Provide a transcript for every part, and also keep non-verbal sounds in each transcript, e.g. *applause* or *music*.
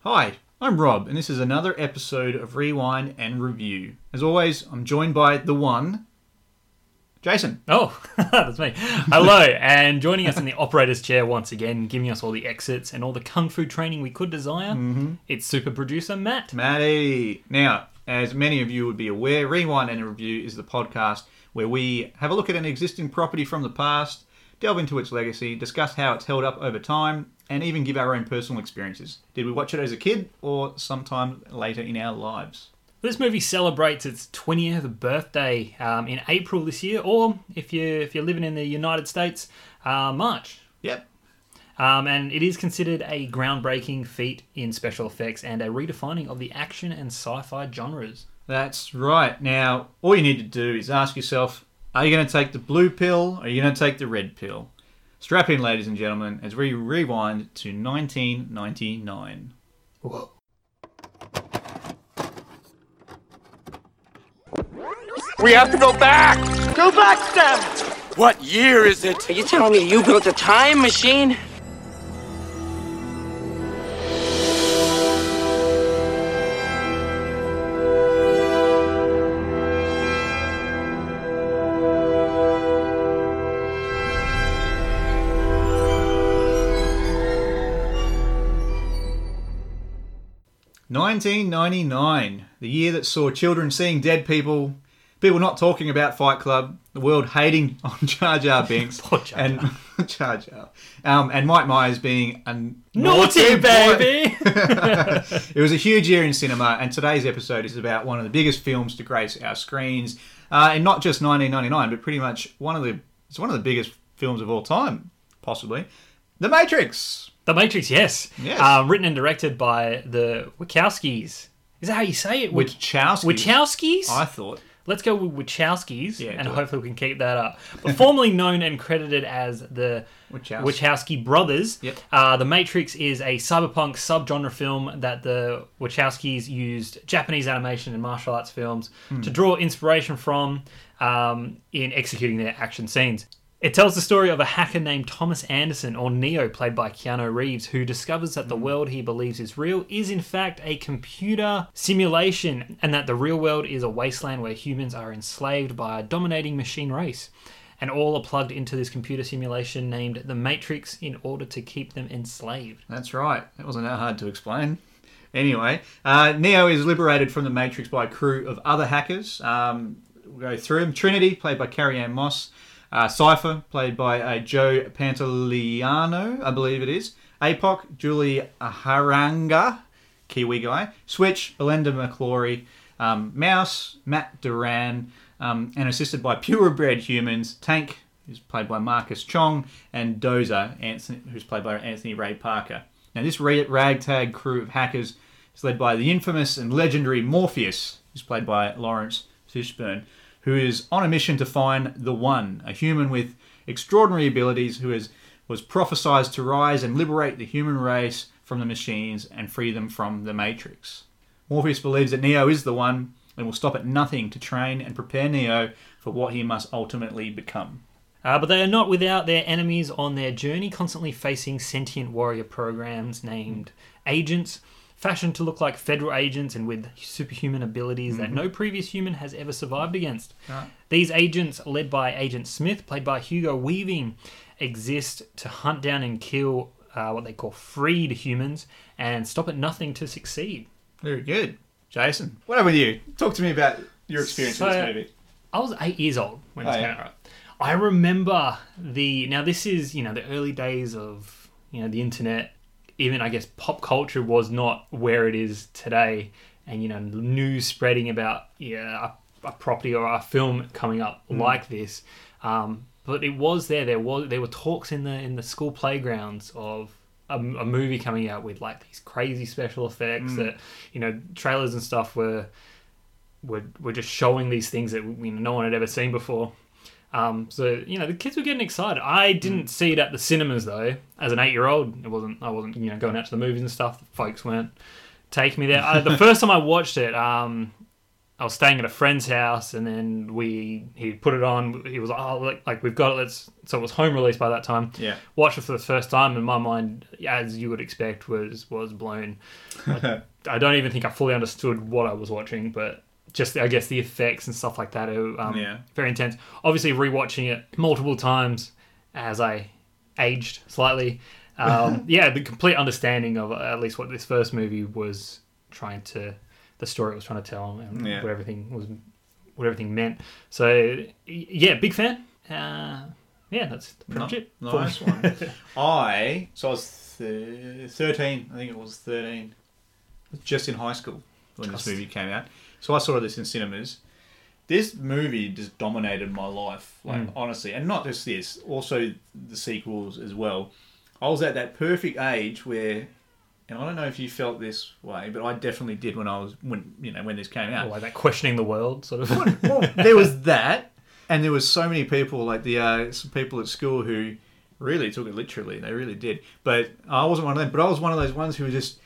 Hi, I'm Rob, and this is another episode of Rewind and Review. As always, I'm joined by the one, Jason. Oh, *laughs* that's me. Hello, and joining us in the operator's chair once again, giving us all the exits and all the kung fu training we could desire, it's super producer Matt. Matty. Now, as many of you would be aware, Rewind and Review is the podcast where we have a look at an existing property from the past, delve into its legacy, discuss how it's held up over time, and even give our own personal experiences. Did we watch it as a kid or sometime later in our lives? This movie celebrates its 20th birthday um, in April this year, or if you if you're living in the United States, uh, March. Yep. Um, and it is considered a groundbreaking feat in special effects and a redefining of the action and sci-fi genres. That's right. Now, all you need to do is ask yourself are you going to take the blue pill or are you going to take the red pill? Strap in, ladies and gentlemen, as we rewind to 1999. Whoa. We have to go back! Go back, Stan! What year is it? Are you telling me you built a time machine? Nineteen ninety nine, the year that saw children seeing dead people, people not talking about Fight Club, the world hating *laughs* on Jar Jar Binks *laughs* Poor Jar and *laughs* Jar Jar, um, and Mike Myers being a Naughty boy. baby. it was a huge year in cinema, and today's episode is about one of the biggest films to grace our screens, uh, and not just 1999, but pretty much one of the it's one of the biggest films of all time, possibly, The Matrix. The Matrix, yes. Yes. Uh, written and directed by the Wachowskis. Is that how you say it? Wach- Wachowski. Wachowskis? I thought. Let's go with Wachowskis, Yeah, and do it. hopefully we can keep that up. But formerly known and credited as the Wachowski. Wachowski brothers, Yep. uh, The Matrix is a cyberpunk subgenre film that the Wachowskis used Japanese animation and martial arts films to draw inspiration from um, in executing their action scenes. It tells the story of a hacker named Thomas Anderson, or Neo, played by Keanu Reeves, who discovers that the world he believes is real is in fact a computer simulation, and that the real world is a wasteland where humans are enslaved by a dominating machine race. And all are plugged into this computer simulation named the Matrix in order to keep them enslaved. That's right. That wasn't that hard to explain. Anyway, uh, Neo is liberated from the Matrix by a crew of other hackers. Um, we'll go through them. Trinity, played by Carrie Ann Moss. Uh, Cypher, played by uh, Joe Pantoliano, I believe it is. APOC, Julie Haranga, Kiwi guy. Switch, Belinda McClory. Um, Mouse, Matt Duran. Um, and assisted by purebred humans, Tank, who's played by Marcus Chong, and Dozer, Anthony, who's played by Anthony Ray Parker. Now, this ra- ragtag crew of hackers is led by the infamous and legendary Morpheus, who's played by Lawrence Fishburne, who is on a mission to find the One, a human with extraordinary abilities who is, was prophesied to rise and liberate the human race from the machines and free them from the Matrix. Morpheus believes that Neo is the one and will stop at nothing to train and prepare Neo for what he must ultimately become. Uh, but they are not without their enemies on their journey, constantly facing sentient warrior programs named agents, fashioned to look like federal agents and with superhuman abilities that no previous human has ever survived against. These agents, led by Agent Smith, played by Hugo Weaving, exist to hunt down and kill uh, what they call freed humans and stop at nothing to succeed. Very good. Jason, what up with you? Talk to me about your experience with So- this movie. I was eight years old when this Oh, came yeah. out. I remember the now this is you know the early days of you know the internet. Even I guess pop culture was not where it is today, and you know news spreading about yeah a, a property or a film coming up Mm. like this. Um, but it was there. There was there were talks in the in the school playgrounds of a, a movie coming out with like these crazy special Mm. effects that you know trailers and stuff were were, were just showing these things that you know, no one had ever seen before. Um, so you know the kids were getting excited. I didn't see it at the cinemas though. As an eight-year-old, it wasn't. I wasn't you know going out to the movies and stuff. Folks weren't taking me there. I, the first time I watched it, um, I was staying at a friend's house, and then we he put it on. He was like, "Oh, like, like we've got it." Let's so it was home release by that time. Yeah. watched it for the first time, and my mind, as you would expect, was was blown. I, I don't even think I fully understood what I was watching, but just I guess the effects and stuff like that are um, Yeah. very intense. Obviously, rewatching it multiple times as I aged slightly. *laughs* Um, yeah, the complete understanding of uh, at least what this first movie was trying to, the story it was trying to tell, and Yeah. what everything was, what everything meant. So y- yeah, big fan. Uh, yeah, that's pretty much it. for me. Nice *laughs* one. I so I was th- thirteen. I think it was thirteen, just in high school when this movie came out. So I saw this in cinemas. This movie just dominated my life, like honestly, and not just this, also the sequels as well. I was at that perfect age where, and I don't know if you felt this way, but I definitely did when I was when you know when this came out Or like that questioning the world sort of. *laughs* well, *laughs* there was that, and there was so many people like the uh, some people at school who really took it literally. They really did. But I wasn't one of them. But I was one of those ones who just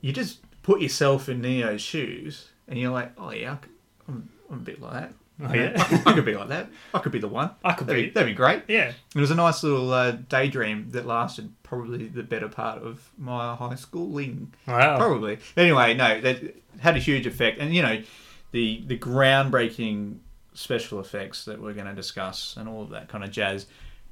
you just put yourself in Neo's shoes, and you're like, oh yeah, I c- I'm, I'm a bit like that. Oh, yeah. I, could- *laughs* I could be like that. I could be the one. I could that'd be- That'd be great. yeah. It was a nice little uh, daydream that lasted probably the better part of my high schooling. Wow. Probably. Anyway, no, that had a huge effect, and you know, the the groundbreaking special effects that we're going to discuss and all of that kind of jazz,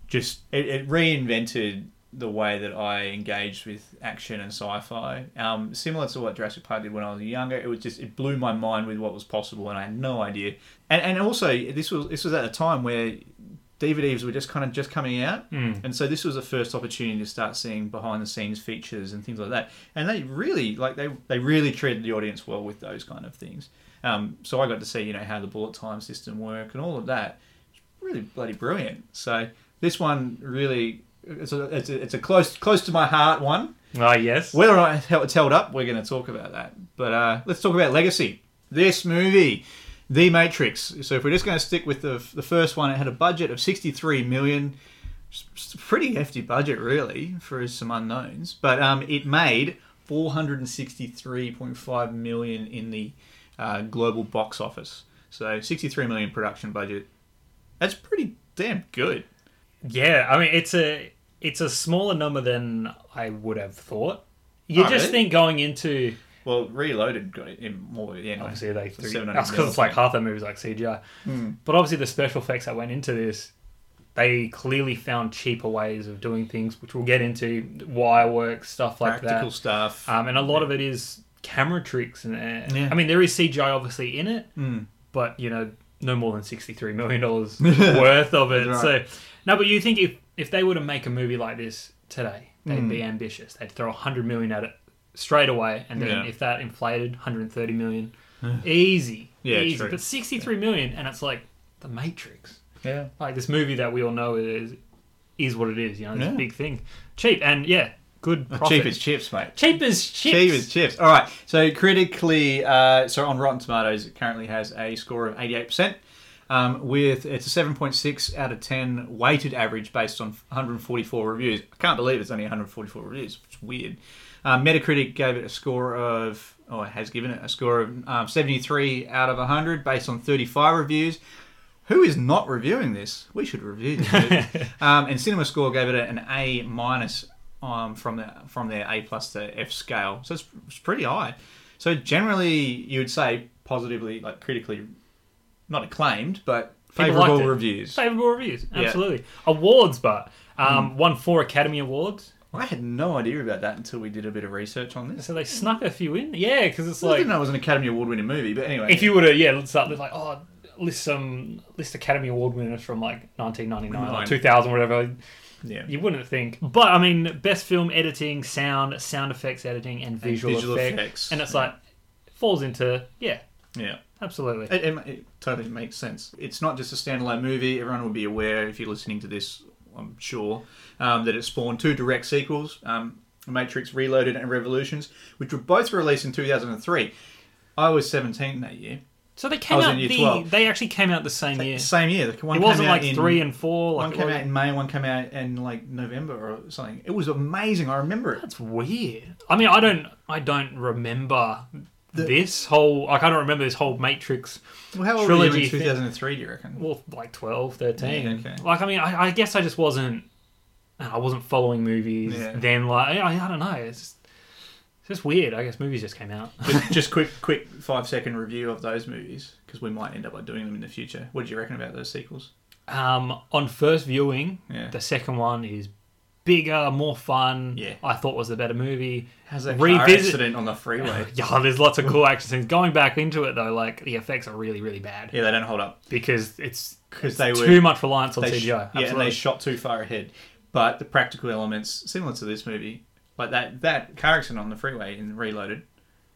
just it, it reinvented the way that I engaged with action and sci-fi. Um, similar to what Jurassic Park did when I was younger, it was just it blew my mind with what was possible, and I had no idea. And and also this was this was at a time where DVDs were just kind of just coming out, and so this was the first opportunity to start seeing behind the scenes features and things like that. And they really like they they really treated the audience well with those kind of things. Um, so I got to see you know how the bullet time system work and all of that. It's really bloody brilliant. So this one really it's a it's a, it's a close close to my heart one. Ah, yes. Whether or not it's held up, we're going to talk about that. But uh, let's talk about Legacy. This movie, The Matrix. So if we're just going to stick with the, the first one, it had a budget of 63 million. S- s- Pretty hefty budget, really, for some unknowns. But um, it made 463.5 million in the uh, global box office. So 63 million production budget. That's pretty damn good. Yeah, I mean it's a it's a smaller number than I would have thought. You Oh, just really? think going into Well, Reloaded got it in more. Yeah, anyway. obviously they For threw, 700 that's because mil. it's like half that movie's like CGI. Hmm. But obviously the special effects that went into this, they clearly found cheaper ways of doing things, which we'll get into wire work stuff like practical that. stuff. Um, and a lot of it is camera tricks and uh, Yeah. Hmm. I mean there is CGI obviously in it, but you know no more than sixty three *laughs* million dollars worth of it. Right. So no, but you think if if they were to make a movie like this today, they'd be Hmm. ambitious. They'd throw hundred million at it straight away, and then Yeah. if that inflated, hundred and *sighs* thirty million, easy, Yeah, easy. true. But sixty three million, and it's like the Matrix yeah. like this movie that we all know is is what it is. You know, it's Yeah. a big thing, cheap, and yeah, good *laughs* profit. Cheap as chips, mate. cheap as chips. Cheap as chips. All right. So critically, uh, so on Rotten Tomatoes, it currently has a score of eighty-eight percent. Um, with it's a seven point six out of ten weighted average based on one hundred forty-four reviews. I can't believe it's only one hundred forty-four reviews. It's weird. Uh, Metacritic gave it a score of, or has given it a score of um, seventy-three out of hundred based on thirty-five reviews. Who is not reviewing this? We should review this. *laughs* movie. um, and Cinema Score gave it an A minus um, from the from their A plus to F scale, so it's, it's pretty high. So generally, you would say positively, like critically, not acclaimed, but People favorable liked it. reviews. Favorable reviews, absolutely. Awards, but um, Hmm. won four Academy Awards, I had no idea about that until we did a bit of research on this. so they snuck a few in. Yeah, because it's I like didn't know it was an Academy Award winning movie, but anyway, if you were to yeah start with like oh list some list Academy Award winners from like 1999 or Nine. 2000 whatever yeah, you wouldn't think but I mean best film editing sound sound effects editing and visual, visual effects. effects, and it's yeah. like falls into yeah yeah. absolutely It, it, it totally makes sense. It's not just a standalone movie. Everyone will be aware if you're listening to this, I'm sure, um, that it spawned two direct sequels um, Matrix Reloaded and Revolutions, which were both released in 2003. I was 17 that year. So they I came was in out year the, 12. they actually came out the same year. Same year. The One it came wasn't out like in- three and four. Like One it came was- out in May, one came out in like November or something. It was amazing. I remember it. That's weird. I mean, I don't I don't remember this whole like I don't remember this whole Matrix Well, how old were you Trilogy in thing. 2003, do you reckon? well like 12 13 Yeah, okay. like I mean I, I guess I just wasn't I wasn't following movies Yeah. then like I, I don't know it's just, it's just weird I guess movies just came out *laughs* just, just quick, quick five second review of those movies because we might end up by doing them in the future. What did you reckon about those sequels? um on first viewing Yeah. the second one is bigger more fun Yeah. I thought was the better movie How's that car Revisit- accident on the freeway? *laughs* yeah there's lots of cool action scenes going back into it though like the effects are really really bad yeah, they don't hold up because it's because they were too much reliance on they CGI sh- yeah, and absolutely. they shot too far ahead. But the practical elements, similar to this movie, like that that car accident on the freeway in Reloaded,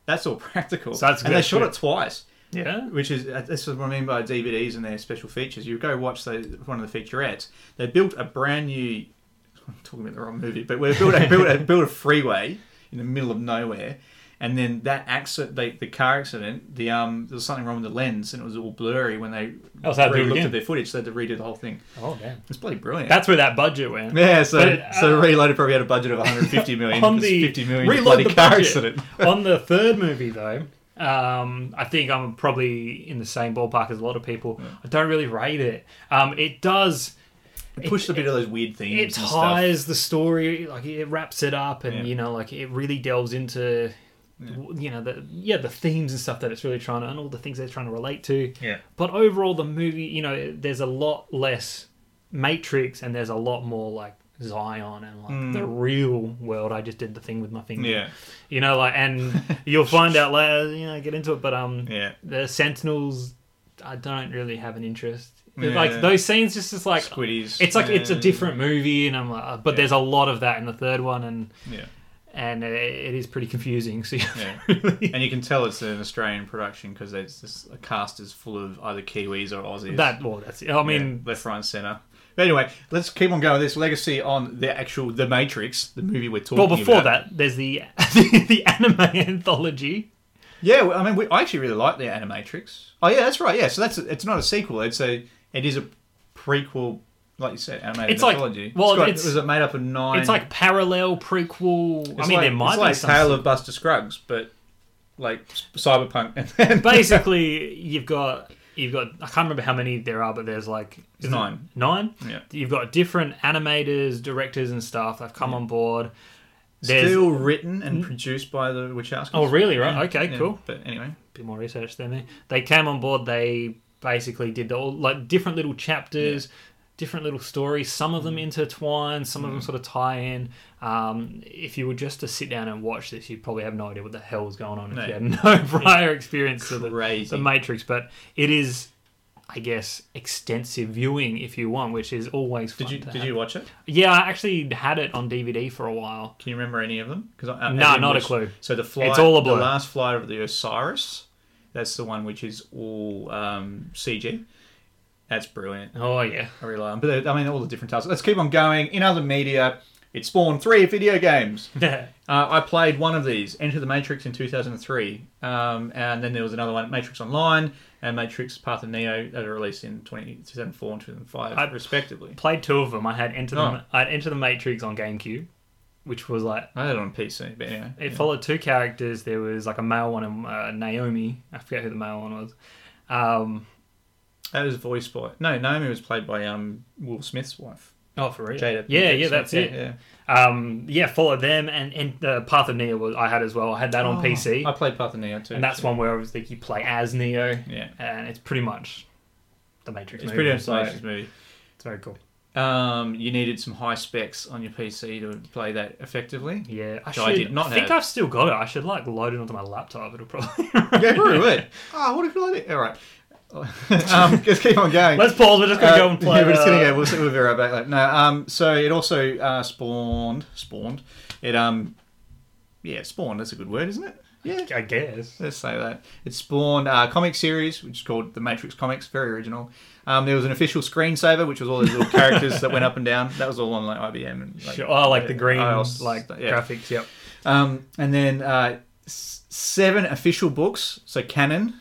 that's all *laughs* practical. So that's and they good, shot good. it twice. yeah which is uh, this is what I mean by DVDs and their special features. You go watch the, one of the featurettes. They built a brand new. *laughs* I'm talking about the wrong movie, but we built a, built a built a freeway in the middle of nowhere, and then that accident, the, the car accident, the um, there was something wrong with the lens, and it was all blurry when they Oh, so they had to do it re- looked again. at their footage. So they had to redo the whole thing. Oh damn. It's bloody brilliant. That's where that budget went. *laughs* yeah, so But it- uh, so Reloaded probably had a budget of 150 million. *laughs* On because the 50 million reload bloody the car budget. accident. *laughs* on the third movie though, um, I think I'm probably in the same ballpark as a lot of people. I don't really rate it. Um, it does. It pushed a bit of those weird themes. It and ties the story, like it wraps it up, and Yeah. you know, like it really delves into. You know the yeah the themes and stuff that it's really trying to and all the things they're trying to relate to. Stuff. Yeah. But overall, the movie, you know, there's a lot less Matrix and there's a lot more like Zion and like the real world. I just did the thing with my finger. Mm. Yeah. You know, like, *laughs* and you'll find out later, you know, get into it. But, um, Yeah. the Sentinels, I don't really have an interest. Yeah. Like, those scenes just is like, Squiddies. it's like, it's a Yeah. different movie. And I'm like, uh, but there's a lot of that in the third one. And, *laughs* Yeah. and it, it is pretty confusing. So, Yeah. really- And you can tell it's an Australian production because it's just, the cast is full of either Kiwis or Aussies. *laughs* that, well, that's it. I Yeah, mean, left, right, and centre. But anyway, let's keep on going with this legacy on the actual The Matrix, the movie we're talking Well, about. before that, there's the *laughs* the anime anthology. yeah, well, I mean, we, I actually really like the Animatrix. Oh yeah, that's right. Yeah, so that's it's not a sequel. It's a it is a prequel, like you said, animated It's like- mythology. well, got- it's- was it made up of nine? It's like parallel prequel. I it's mean, like, there might it's be like some. Tale of Buster Scruggs, but like s- cyberpunk. *laughs* And then, *laughs* Basically, you've got you've got I can't remember how many there are, but there's like is it nine. Nine. Yeah. You've got different animators, directors, and stuff that've come on board. There's Hmm? still written and produced by the Wachowskis. oh really right okay Yeah, cool But anyway, bit more research than me. They came on board. They basically did the, all like different little chapters, different little stories. Some of them Mm. intertwine. Some of them sort of tie in. Um, if you were just to sit down and watch this, you'd probably have no idea what the hell was going on No. if you had *laughs* no prior experience to the, Crazy. the Matrix. But it is. I guess extensive viewing if you want, which is always fun. did you to did have. you watch it? Yeah, I actually had it on DVD for a while. Can you remember any of them? Because uh, Nah, as in not a which- clue. So the flight, It's all a blur. the last flight of the Osiris. That's the one which is all um, CG. That's brilliant. Oh yeah, *laughs* *laughs* I really like. 'em. But uh, I mean, all the different titles. Let's keep on going. In other media, it spawned three video games. Uh, I played one of these, Enter the Matrix, in 2003, um, and then there was another one, Matrix Online and Matrix Path of Neo, that were released in 20, 2004 and 2005, I- respectively. played two of them. I had Enter the, Oh. I had Enter the Matrix on GameCube, which was like I had it on PC, but anyway. It followed two characters. There was like a male one and uh, Naomi. I forget who the male one was. Um, That was voiced by no Naomi was played by um Will Smith's wife. oh, for real? Jada. yeah, Pinkett yeah, Smith, that's yeah, it. yeah. Um, yeah, followed them and and the Path of Neo was I had as well. I had that on PC, Oh, I played Path of Neo too. and that's one where obviously you play as Neo. Yeah. and it's pretty much the Matrix. It's movie, pretty much so like this movie. It's very cool. Um, you needed some high specs on your PC to play that effectively. Yeah, I So should. I I, did not think have- I've still got it. I should like load it onto my laptop. It'll probably. *laughs* *laughs* Yeah, probably would. Oh, what a good idea! All right, *laughs* um, *laughs* let's keep on going. Let's pause. We're just gonna Uh, go and play. yeah, *laughs* we're just gonna uh, go. We'll, see- we'll be right back. Later. No, um, so it also uh, spawned, spawned. It um, yeah, spawned. That's a good word, isn't it? Yeah, I guess. Let's say that. It spawned a comic series, which is called The Matrix Comics, very original. Um, there was an official screensaver, which was all those little characters that went up and down. That was all on like IBM. And, like, Sure. Oh, like the uh, green, iOS, like yeah. *laughs* graphics. Yep. Um, and then uh, s- seven official books, so canon,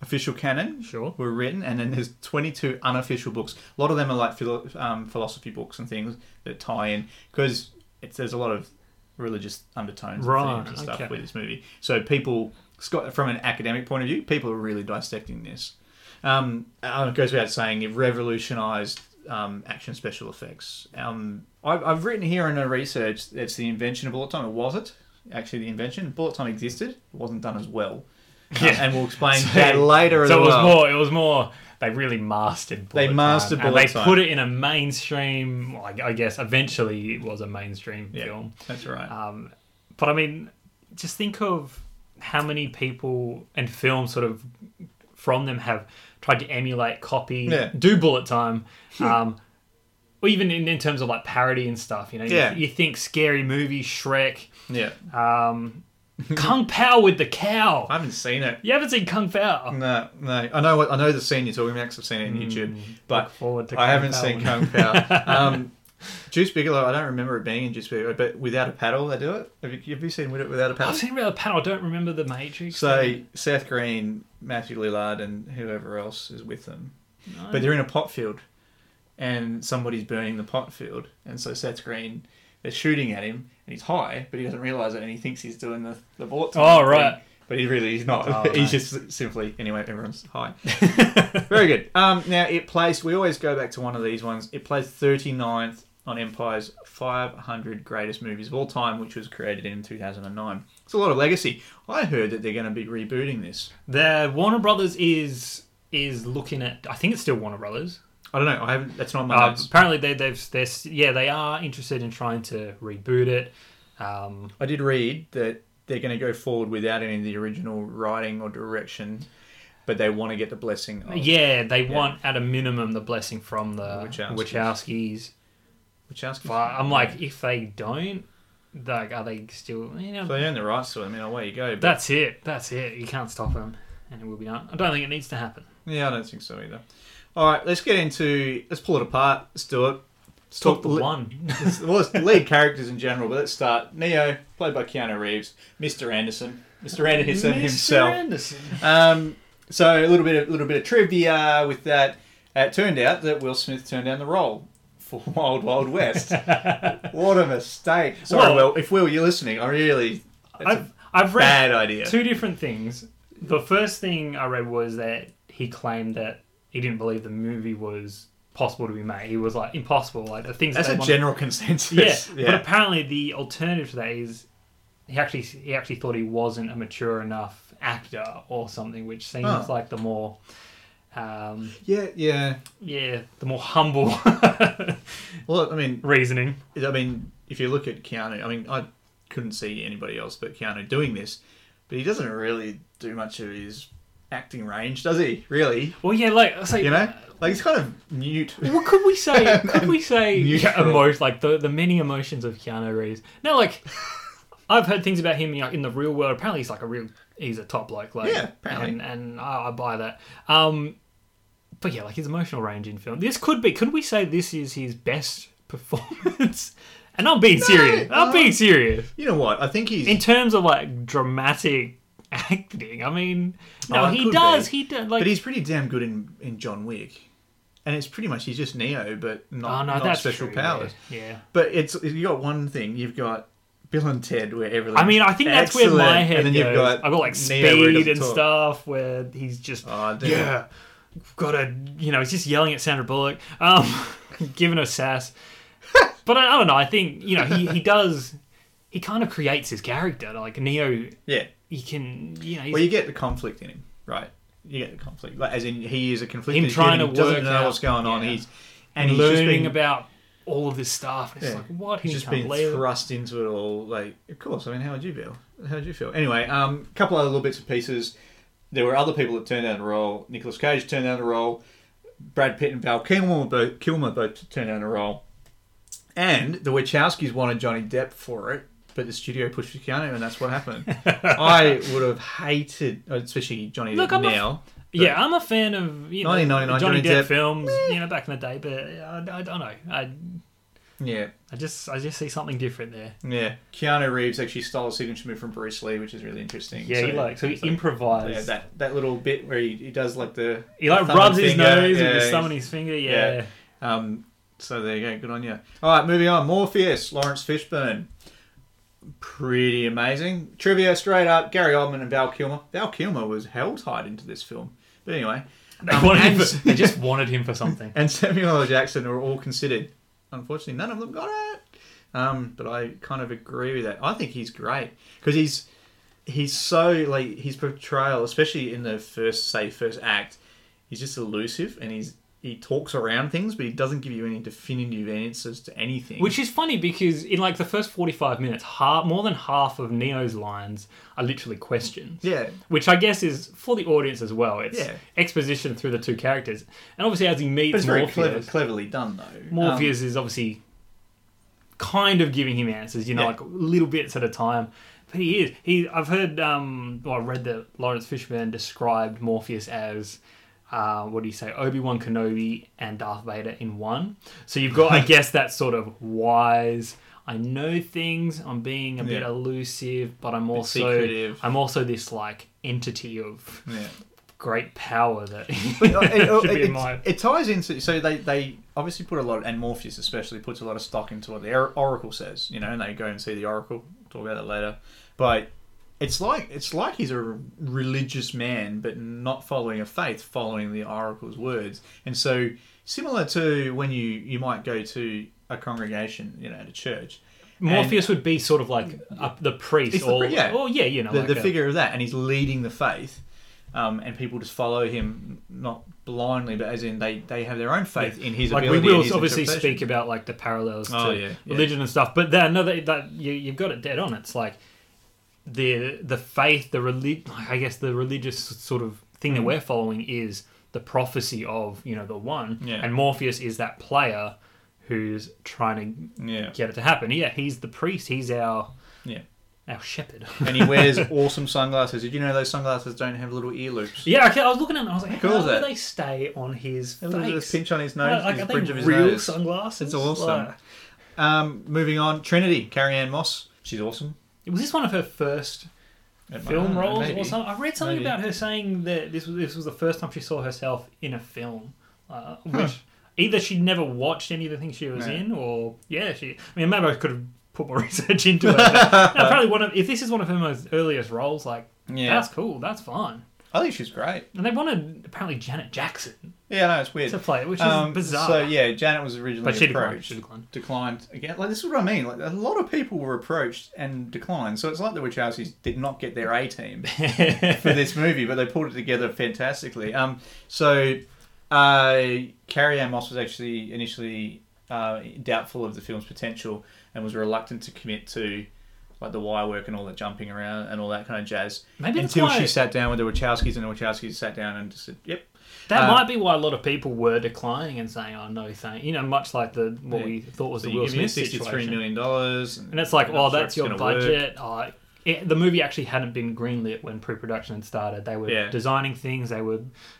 official canon, Sure. were written. And then there's 22 unofficial books. A lot of them are like philo- um, philosophy books and things that tie in because there's a lot of religious undertones and Right, themes and stuff okay. with this movie. So people Scott, from an academic point of view, people are really dissecting this. Um, uh, it goes without saying, it revolutionised um, action special effects. Um, I've, I've written here in a research that's the invention of bullet time. It wasn't actually the invention. Bullet time existed, it wasn't done as *laughs* well. Uh, and we'll explain that later as So it was well. more. It was more. They really mastered. Bullet They mastered time, and bullet they time. put it in a mainstream. well, I I guess eventually it was a mainstream yeah, film. That's right. Um, but I mean, just think of how many people and films sort of from them have tried to emulate, copy, Yeah. do bullet time. *laughs* Um, or even in, in terms of like parody and stuff, you know, you- Yeah. you, think scary movie, Shrek, yeah. um, *laughs* Kung Pao with the cow. I haven't seen it. You haven't seen Kung Pao? No, no. I know what I know the scene you're talking about 'cause I've seen it on YouTube, but Mm, look forward to I Kung haven't Pao seen when- Kung *laughs* Pao. Um, Juice Bigelow, I don't remember it being in Juice Bigelow, but without a paddle, they do it. Have you, have you seen With It Without a Paddle? I've seen Real Pan. I don't remember the Matrix. so Seth Green, Matthew Lillard, and whoever else is with them, but they're in a pot field, and somebody's burning the pot field, and so Seth Green, they're shooting at him, and he's high, but he doesn't realize it, and he thinks he's doing the the bullet. time Oh, thing. right. But he really is not. Oh, *laughs* he's no. just simply anyway. Everyone's *laughs* high. Very good. Um, now it placed. We always go back to one of these ones. It placed 39th on Empire's 500 greatest movies of all time, which was created in 2009. It's a lot of legacy. I heard that they're going to be rebooting this. the Warner Brothers is is looking at. I think it's still Warner Brothers. I don't know. I haven't. That's not my Uh, notes. apparently, they, they've they're s- yeah they are interested in trying to reboot it. Um, I did read that they're going to go forward without any of the original writing or direction, but they want to get the blessing. Of yeah, they want at a minimum the blessing from the Wachowskis. Wachowskis. Wachowskis. But I'm like, if they don't, like, are they still? You know, If they own the rights to it. I mean, away you go. But that's it. That's it. You can't stop them, and it will be done. I don't think it needs to happen. yeah, I don't think so either. All right, let's get into. Let's pull it apart. Let's do it. Let's Talk the li- one. *laughs* It's- well, it's the lead characters in general, but let's start. Neo, played by Keanu Reeves, Mr. Anderson, Mr. Anderson himself. Um, so a little bit of little bit of trivia with that. Uh, It turned out that Will Smith turned down the role for *laughs* Wild Wild *laughs* West. what a mistake! Sorry, Well- Will. If Will, you're listening, I really that's a I've, I've read bad idea. two different things. The first thing I read was that he claimed that he didn't believe the movie was possible to be made. He was like impossible, like the things That's that a they wanted- general consensus. yeah. yeah. But apparently, the alternative to that is he actually he actually thought he wasn't a mature enough actor or something, which seems Oh. like the more um, yeah, yeah. yeah the more humble *laughs* Well, I mean, reasoning. I mean, if you look at Keanu, I mean, I couldn't see anybody else but Keanu doing this, but he doesn't really do much of his acting range, does he? Really? Well, yeah, like I say, You know, like he's kind of mute. Well, could we *laughs* say? Could we say Neutral. emotion, like the the many emotions of Keanu Reeves? No, like *laughs* I've heard things about him you know, in the real world. Apparently, he's like a real, he's a top bloke. Like, Yeah, apparently. and, and I, I buy that. Um, but yeah, like his emotional range in film. This could be. Could we say this is his best *laughs* performance? And I'm being serious. I'm uh, being serious. You know what? I think he's. In terms of like dramatic *laughs* acting, I mean, no, Oh, it he could does. be. He does. Like, but he's pretty damn good in in John Wick, and it's pretty much he's just Neo, but not, oh no, not that's special true, yeah, powers. yeah. But it's you got one thing. You've got Bill and Ted, where everything. I mean, I think that's where my excellent, and head then goes. You've got I've got like Neo where he speed doesn't and talk. stuff where he's just Oh, damn. yeah, gotta you know he's just yelling at Sandra Bullock, um, *laughs* giving her sass. but I, I don't know. I think you know he he does he kind of creates his character like Neo. Yeah. He can you know he's, Well, you get the conflict in him, right? You get the conflict, like as in he is a conflict. Him trying to he doesn't work know out- what's going on. yeah. He's and and he's learning just being, about all of this stuff. And it's yeah, like what he he's just can't being believe it. thrust into it all. Like, of course. I mean, how would you feel? How would you feel? Anyway, um, a couple other little bits and pieces. There were other people that turned down the role. Nicolas Cage turned down the role. Brad Pitt and Val Kilmer both, Kilmer both turned down the role. And the Wachowskis wanted Johnny Depp for it, but the studio pushed for Keanu, and that's what happened. *laughs* I would have hated, especially Johnny Look, Depp I'm a- now. Yeah, I'm a fan of you know 1999 Johnny Johnny Depp, Depp. Eh. films, you know back in the day, but I, I don't know. I Yeah, I just I just see something different there. yeah. Keanu Reeves actually stole a signature move from Bruce Lee, which is really interesting. Yeah, he like so he improvised. yeah, that that little bit where he, he does like the he like the thumb rubs his finger. nose Yeah, with his he's- thumb and his finger. Yeah, *laughs* yeah. Um, so there you go. Good on you. All right, moving on. Morpheus, Lawrence Fishburne. pretty amazing. Trivia straight up Gary Oldman and Val Kilmer. Val Kilmer was hell tied into this film. But anyway. *laughs* They, um, wanted him and, for- they just wanted him for something. and *laughs* Samuel L. Jackson were all considered. Unfortunately, none of them got it. Um, but I kind of agree with that. I think he's great because he's he's so like his portrayal, especially in the first say first act, he's just elusive and he's he talks around things, but he doesn't give you any definitive answers to anything. *laughs* Which is funny because in like the first 45 minutes, half, more than half of Neo's lines are literally questions. Yeah. Which I guess is for the audience as well. It's Yeah. exposition through the two characters. And obviously as he but meets it's very Morpheus, clever, cleverly done though. Um, Morpheus is obviously kind of giving him answers, you know, Yeah. like little bits at a time. But he is. He I've heard um well I read that Lawrence Fishburne described Morpheus as uh, what do you say? Obi Wan Kenobi and Darth Vader in one. So *laughs* you've got, I guess, that sort of wise. I know things. I'm being a bit Yeah. elusive, but I'm also secretive. I'm also this like entity of yeah. great power that it, *laughs* should it- be in it- my it ties into so they they obviously put a lot and Morpheus especially puts a lot of stock into what the or- Oracle says, you know, and they go and see the Oracle. Talk about that later, but it's like it's like he's a religious man, but not following a faith, following the Oracle's words, and so similar to when you you might go to a congregation, you know, at a church. and Morpheus would be sort of like a, the priest, It's the or pri- yeah. or yeah, you know, the, like the a- figure of that, and he's leading the faith, um, and people just follow him not blindly, but as in they, they have their own faith in his Like we ability. and his will obviously interpretation. speak about like the parallels Oh, to yeah, yeah. religion and stuff, but that no, that, that you, you've got it dead on. It's like the the faith, the relig- I guess the religious sort of thing Hmm. that we're following is the prophecy of you know the one, Yeah. and Morpheus is that player who's trying to Yeah, get it to happen. Yeah, he's the priest. He's our yeah. our shepherd. And he wears awesome sunglasses. Did you know those sunglasses don't have little ear loops? *laughs* Yeah, okay, I was looking at them. I was like, cool how is do that? they stay on his A little bit of face? pinch on his Like, nose, like, his are they bridge of his real nose. sunglasses? It's awesome. Um, moving on, Trinity, Carrie Ann Moss. She's awesome. Like, was this one of her first At my- film uh, roles maybe. or something? I read something Maybe. about her saying that this was this was the first time she saw herself in a film, uh, which either she never watched any of the things she was Yeah. in, or yeah, she. I mean, maybe I could have put more *laughs* research into *laughs* it. But no, probably one of if this is one of her most earliest roles, like Yeah. that's cool, that's fun. I think she's great. And they wanted apparently Janet Jackson Yeah, no, it's weird. to play it, which is Um, bizarre. So yeah, Janet was originally But she declined, approached, she declined. again. Like this is what I mean. Like a lot of people were approached and declined. So it's like the Wachowskis did not get their A *laughs* team for this movie, but they pulled it together fantastically. Um, so uh, Carrie Ann Moss was actually initially uh, doubtful of the film's potential and was reluctant to commit to. Like the wire work and all that jumping around and all that kind of jazz. Maybe that's until why- she sat down with the Wachowskis and the Wachowskis sat down and just said, "Yep, That Uh, might be why a lot of people were declining and saying, "Oh no, thank you know." Much like the what we thought was the you Will give me Smith sixty-three situation, million dollars, and it's like, I'm "Oh, not sure that's it's your gonna work." budget." Oh, it, the movie actually hadn't been greenlit when pre-production had started. They were Yeah. designing things, they were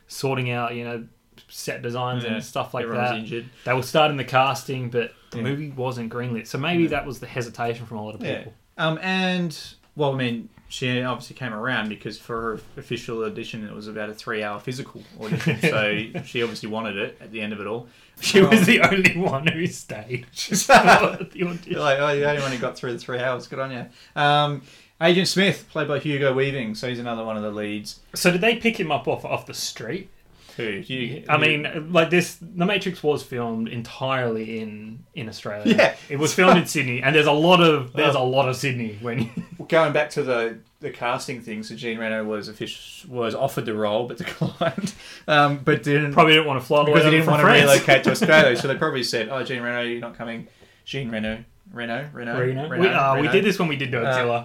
sorting out, you know, set designs Yeah, and stuff like everyone was that. injured. They were starting the casting, but the Yeah. movie wasn't greenlit, so maybe that was the hesitation from a lot of Yeah. people. *laughs* Um, and well, I mean, she obviously came around because for her official audition, it was about a three-hour physical audition. *laughs* so she obviously wanted it at the end of it all. She was Oh. the only one who stayed. *laughs* *laughs* You're The audition. like, oh, you're the only one who got through the three hours. Good on you. Um, Agent Smith, played by Hugo Weaving, so he's another one of the leads. so did they pick him up off off the street? Who? You, I who- mean, like this, The Matrix was filmed entirely in in Australia. Yeah. it was filmed in Sydney, and there's a lot of there's a lot of Sydney when going back to the the casting thing. So Gene Reno was offic- was offered the role but declined, *laughs* um, but didn't *laughs* probably didn't want to fly all the way because he over didn't from want France. to relocate *laughs* to Australia. so they probably said, "Oh, Gene Reno, you're not coming." Gene Reno, Reno, Reno, Reno. We, uh, we Reno. did this when we did Godzilla.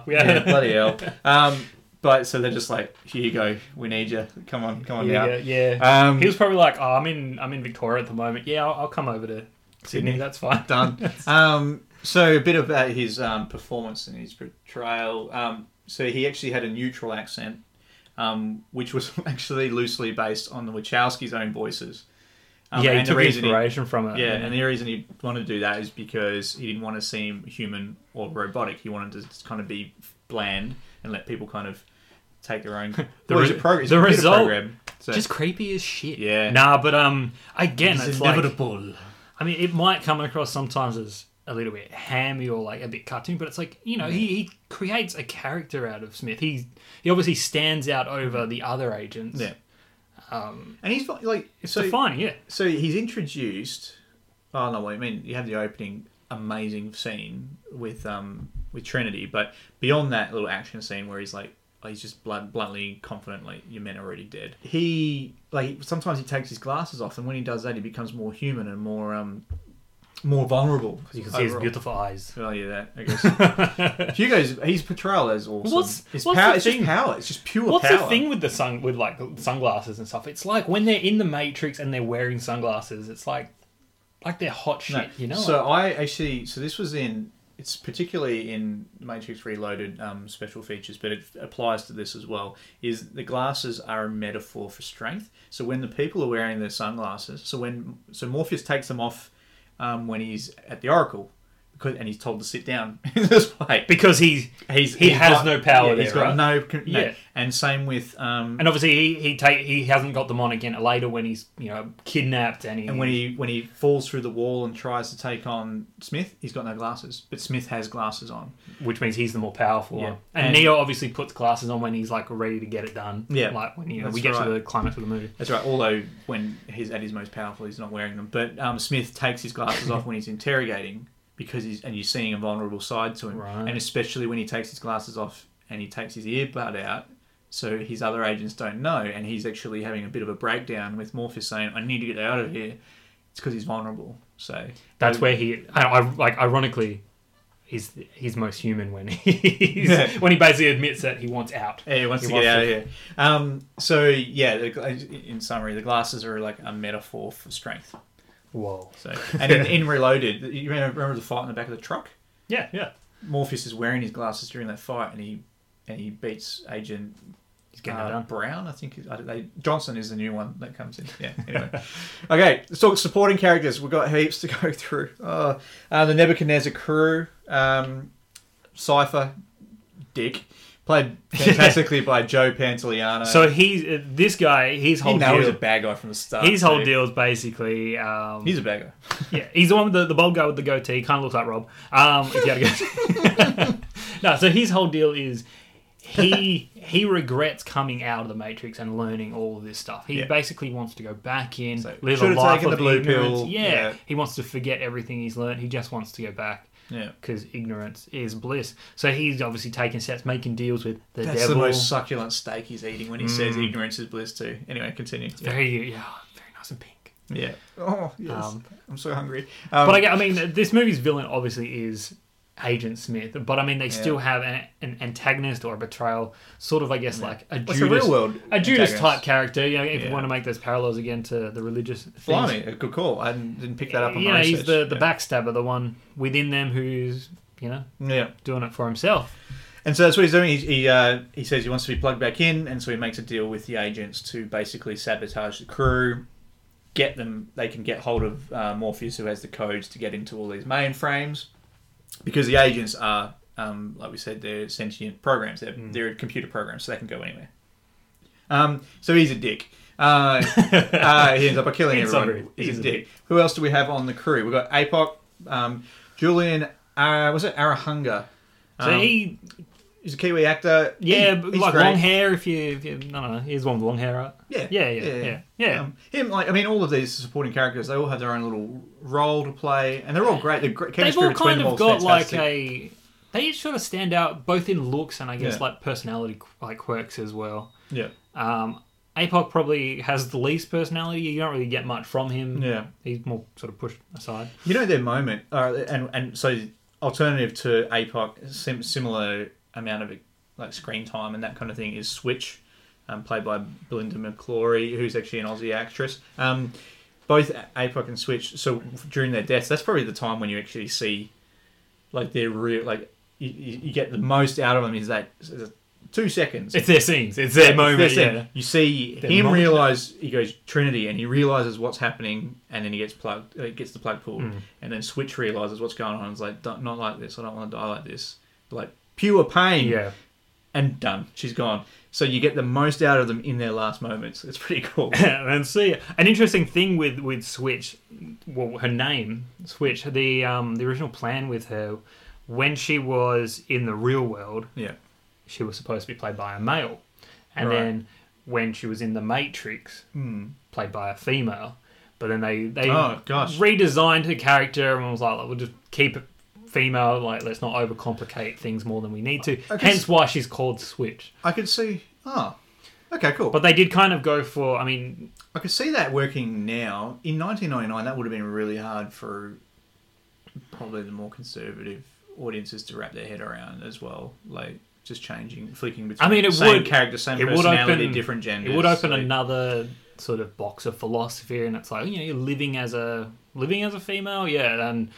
Uh, we had yeah, bloody *laughs* hell. Um, but so they're just like, "Here you go. We need you. Come on, come on yeah, now." yeah. Um, he was probably like, "Oh, I'm in I'm in Victoria at the moment. Yeah, I'll, I'll come over to Sydney. That's fine." *laughs* done. Um, so a bit about his um, performance and his portrayal. Um, so he actually had a neutral accent, um, which was *laughs* actually loosely based on the Wachowskis' own voices. Um, yeah, he and the took reason he- inspiration from it. yeah, and the reason he wanted to do that is because he didn't want to seem human or robotic. He wanted to just kind of be bland and let people kind of take their *laughs* own. The well, he's re- a pro- he's the a computer result- program, so- just creepy as shit. Yeah. Nah, but um, again, it's, It's like inevitable. I mean, it might come across sometimes as a little bit hammy or like a bit cartoon, but it's like you know he, he creates a character out of Smith. He he obviously stands out over the other agents. Yeah. and he's fi- like it's so defining. Yeah, so he's introduced. Oh no, well, I mean you have the opening amazing scene with um with Trinity, but beyond that little action scene where he's like oh, he's just blunt, bluntly confident like your men are already dead. He like sometimes he takes his glasses off, and when he does that, he becomes more human and more um more vulnerable because you can see his beautiful eyes. Well, yeah, that I guess. *laughs* Hugo's he's portrayed as awesome. What's- it's what's power, the it's thing- just power. It's just pure What's power. the thing with the sun with like sunglasses and stuff? It's like when they're in the Matrix and they're wearing sunglasses, it's like like they're hot shit. No. You know. So I actually, so this was in, it's particularly in Matrix Reloaded um, special features, but it applies to this as well. Is the glasses are a metaphor for strength. So when the people are wearing their sunglasses, so when so Morpheus takes them off um, when he's at the Oracle. Because, and he's told to sit down *laughs* in this way. because he's, He's, he he's has got- no power yeah, there, He's got right? no, con- no. Yeah. And same with um, and obviously he he take he hasn't got them on again later when he's you know kidnapped and he And when he when he falls through the wall and tries to take on Smith, he's got no glasses. But Smith has glasses on. which means he's the more powerful Yeah. one. And, And- Neo obviously puts glasses on when he's like ready to get it done. Yeah. like when you know, we That's get to right. the climax of the movie. That's right. Although when he's at his most powerful, he's not wearing them. But um, Smith takes his glasses off when he's interrogating because he's and you're seeing a vulnerable side to him. Right. And especially when he takes his glasses off and he takes his earbud out, so his other agents don't know. And he's actually having a bit of a breakdown with Morpheus saying, "I need to get out of here." It's because he's vulnerable. So That's where he, I, I like, ironically, he's he's most human when *laughs* he's Yeah. when he basically admits that he wants out. Yeah, he wants to get out of here. Um, so yeah, the, gla- in summary, the glasses are like a metaphor for strength. Whoa. So, and in, in Reloaded, you remember, remember the fight in the back of the truck? Yeah, yeah. Morpheus is wearing his glasses during that fight, and he and he beats Agent He's getting it uh, done. Brown. I think is- I, don't- they, Johnson is the new one that comes in. *laughs* Yeah. Anyway, okay. Let's talk supporting characters. We've got heaps to *laughs* go through. Oh, uh, the Nebuchadnezzar crew, um, Cipher, Dick, *laughs* played fantastically by Joe Pantoliano. So he's uh, this guy. His He whole know he's a deal. bad guy from the start. His whole too. deal is basically um, He's a bad guy. yeah, he's the one with the, the bald guy with the goatee. Kind of looks like Rob. Um, if you had a goatee. *laughs* no, so his whole deal is he he regrets coming out of the Matrix and learning all of this stuff. He Yeah. basically wants to go back in, So, live a should've life taken of the blue ignorance. pill, Yeah. yeah. he wants to forget everything he's learned. He just wants to go back. Yeah. Because ignorance is bliss. So he's obviously taking steps, making deals with the That's devil. Mm. the most succulent steak he's eating when he says ignorance is bliss too. Anyway, continue. Yeah. very yeah, very nice and pink. Yeah. Oh, yes. Um, I'm so hungry. Um, But I, get- I mean, this movie's villain obviously is Agent Smith, but I mean, they still have an, an antagonist or a betrayal, sort of, I guess, like a What's the Judas, real world a Judas antagonist? type character. You know, if Yeah. you want to make those parallels again to the religious things. Blimey, a good call. I didn't, didn't pick that up on you my know, he's research. the, the yeah. backstabber, the one within them who's you know Yeah. doing it for himself. And so that's what he's doing. He he, uh, he says he wants to be plugged back in, and so he makes a deal with the agents to basically sabotage the crew, get them. They can get hold of uh, Morpheus, who has the codes to get into all these mainframes, because the agents are, um, like we said, they're sentient programs. They're, they're computer programs, so they can go anywhere. Um, so he's a dick. *laughs* Uh, uh, he ends up killing In everyone. summary, he's, a dick. Who else do we have on the crew? We've got Apoc, um, Julian. Uh, was it Arahunga? So he, He's a Kiwi actor. yeah, Um, He- but he's like great. long hair. If you, if you no, no, he's one with long hair, right? Yeah, yeah, yeah, yeah, yeah. Um, him, like, I mean, all of these supporting characters, they all have their own little role to play, and they're all great. The gr- They've chemistry all between kind them of all got is like fantastic. a. They each sort of stand out both in looks and I guess Yeah. like personality qu- like quirks as well. yeah, Um, Apoc probably has the least personality. You don't really get much from him. yeah. He's more sort of pushed aside. You know their moment, uh, and and so alternative to APOC, sim- similar amount of like screen time and that kind of thing is Switch, um, played by Belinda McClory, who's actually an Aussie actress. Um, both APOC and Switch. So during their deaths, that's probably the time when you actually see, like their real like you, you you get the most out of them is that is that two seconds. It's their scenes. It's their moment. That's it. yeah. You see Their him moment. realize he goes Trinity, and he realizes what's happening, and then he gets plugged, uh, gets the plug pulled, Mm. and then Switch realizes what's going on. and is like, "Don't- not like this. I don't want to die like this. But like pure pain, Yeah. and done. She's gone. so you get the most out of them in their last moments. It's pretty *laughs* cool. and see an interesting thing with with Switch, well, her name Switch. The um the original plan with her, when she was in the real world, yeah. she was supposed to be played by a male, and Right. Hmm. then when she was in the Matrix, played by a female. But then they they Oh, gosh. redesigned her character and was like, we'll just keep it female. Like, let's not overcomplicate things more than we need to. guess- Hence why she's called Switch. I could see. Oh, okay, cool. But they did kind of go for. I mean, I could see that working now. In 1999, that would have been really hard for probably the more conservative audiences to wrap their head around as well. Like just changing, flicking between. I mean, it same would character, same it would personality, open- different genders. It would open like- another sort of box of philosophy, and it's like you know you're living as a living as a female, yeah, and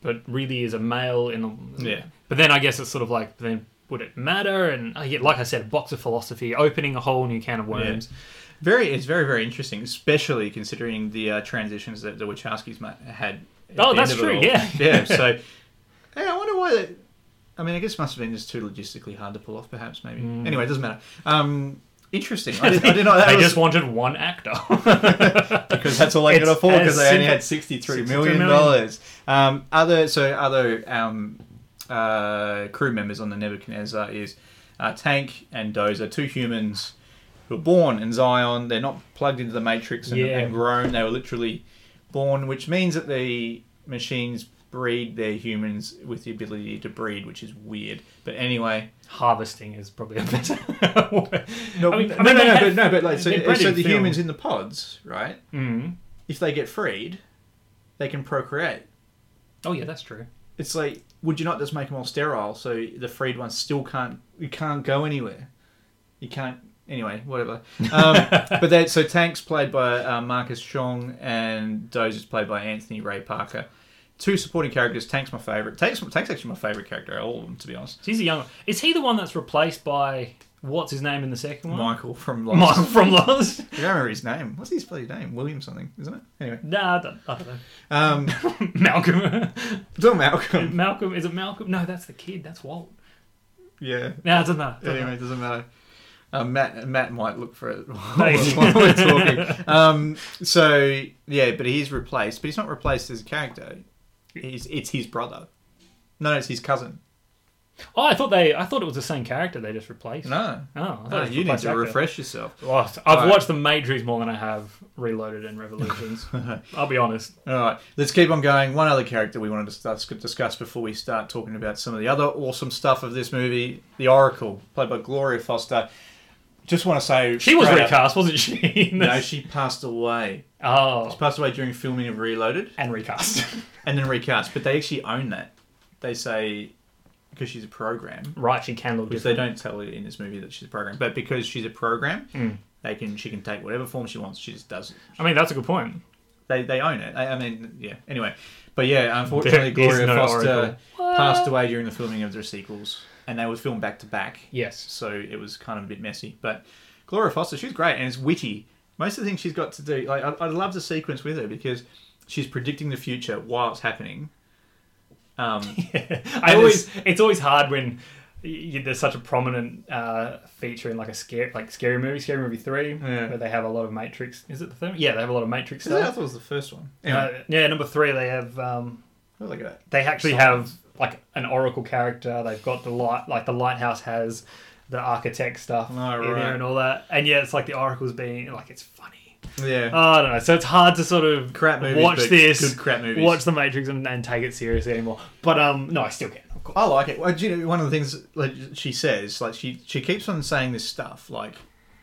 but really is a male in the Yeah. But then I guess it's sort of like then would it matter? And uh, yeah, like I said, a box of philosophy, opening a whole new can of worms. Very, it's very, very interesting, especially considering the uh, transitions that the Wachowskis ma- had. at Oh, the that's end of it true, all. yeah. *laughs* yeah. So, hey, I wonder why. That, I mean, I guess it must have been just too logistically hard to pull off, perhaps. Maybe. Mm. Anyway, it doesn't matter. Um, *laughs* interesting. I, did, I didn't know Oh, that they was, just wanted one actor. *laughs* because that's all they could It's afford because as they only simple- had sixty-three $63 million million. dollars. Um, other so other um, uh, crew members on the Nebuchadnezzar is uh, Tank and Dozer, two humans who were born in Zion. They're not plugged into the Matrix and, Yeah. and grown. They were literally born, which means that the machines breed their humans with the ability to breed, which is weird. But anyway, Harvesting is probably a better. *laughs* word. no, I mean- no, I no, mean, they no, have- but, no, but like so, they're bred so in the film. humans in the pods, right? Mm. If they get freed, they can procreate. Oh yeah, that's true. It's like, would you not just make them all sterile so the freed ones still can't? You can't go anywhere. You can't. Anyway, whatever. *laughs* Um, but that so Tank's played by uh, Marcus Chong and Dozer's played by Anthony Ray Parker. Two supporting characters. Tank's my favorite. Tank's, Tank's actually my favorite character. out of All of them, to be honest. He's a young. one. Is he the one that's replaced by what's his name in the second one? Michael from Lost. Michael from Lost. I don't remember his name. What's his bloody name? William something, isn't it? Anyway, Nah, I don't, I don't know. um, *laughs* Malcolm. Don Malcolm. Malcolm is it Malcolm? No, that's the kid. That's Walt. *laughs* Yeah. No, it doesn't matter. Doesn't Anyway, matter. it doesn't matter. Uh, Matt Matt might look for it *laughs* while, Nice. while we're talking. Um, so yeah, but he's replaced, but he's not replaced as a character. He's it's his brother. No, it's his cousin. Oh, I thought they. I thought it was the same character they just replaced. No, Oh, I thought no, it was you need replaced to actor. refresh yourself. Well, I've Alright. watched The Matrix more than I have Reloaded *laughs* and Revolutions. I'll be honest. All right, let's keep on going. One other character we want to discuss, discuss before we start talking about some of the other awesome stuff of this movie, the Oracle, played by Gloria Foster. Just want to say She was straight up- recast, wasn't she? *laughs* in No, this? she passed away. Oh, Passed away during filming of Reloaded. and recast. *laughs* and then recast. But they actually own that. They say because she's a program, right, she can look because they different. don't tell it in this movie that she's a program, but because she's a program, they can she can take whatever form she wants. She just does it. I mean, that's a good point. They they own it. I, I mean, yeah. Anyway, but yeah, unfortunately, There is Gloria no Foster Oracle. passed away during the filming of their sequels, and they were filmed back to back. Yes. So it was kind of a bit messy, but Gloria Foster, she's great and it's witty. Most of the things she's got to do, like I, I love the sequence with her because she's predicting the future while it's happening. *laughs* Um, I always. It's always hard when. y- y there's such a prominent uh, feature in like a scare, like scary movie, scary movie three, Yeah. where they have a lot of Matrix. Is it the third? Yeah, they have a lot of Matrix I stuff. thought it was the first one. Uh, Anyway, yeah, number three, they have um, oh, look at they actually have like an oracle character. They've got the light, like the lighthouse has the architect stuff Oh, in right. there and all that. And yeah, it's like the oracle's being like it's funny. that. Yeah. Oh, I don't know. So it's hard to sort of Crap movies, watch but this, good crap movies. watch the Matrix, and, and take it seriously anymore. But um, no, I still can. Of course. I like it. Well, do you know, one of the things like she says, like she she keeps on saying this stuff, like,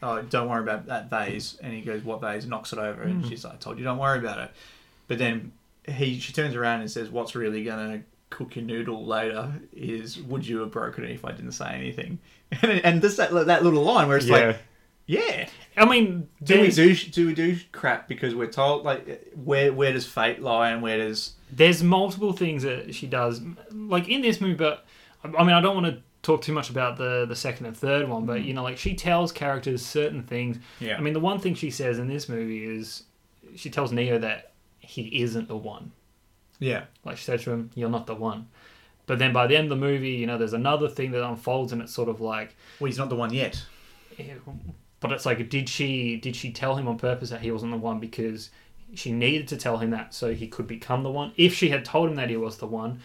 "Oh, don't worry about that vase," and he goes, "What vase?" knocks it over, and she's like, "I told you, don't worry about it." But then he she turns around and says, "What's really gonna cook your noodle later is would you have broken it if I didn't say anything?" *laughs* And and this that that little line where it's like, "Yeah, I mean, do we there's, do do we do crap because we're told like where where does fate lie and where does there's multiple things that she does, like in this movie. But I I mean, I don't want to talk too much about the the second and third one. But you know, like she tells characters certain things. Yeah. I mean, the one thing she says in this movie is she tells Neo that he isn't the one. yeah." Like she said to him, "You're not the one." But then by the end of the movie, you know, there's another thing that unfolds, and it's sort of like Well, he's not the one yet. but it's like did she did she tell him on purpose that he wasn't the one because she needed to tell him that so he could become the one if she had told him that he was the one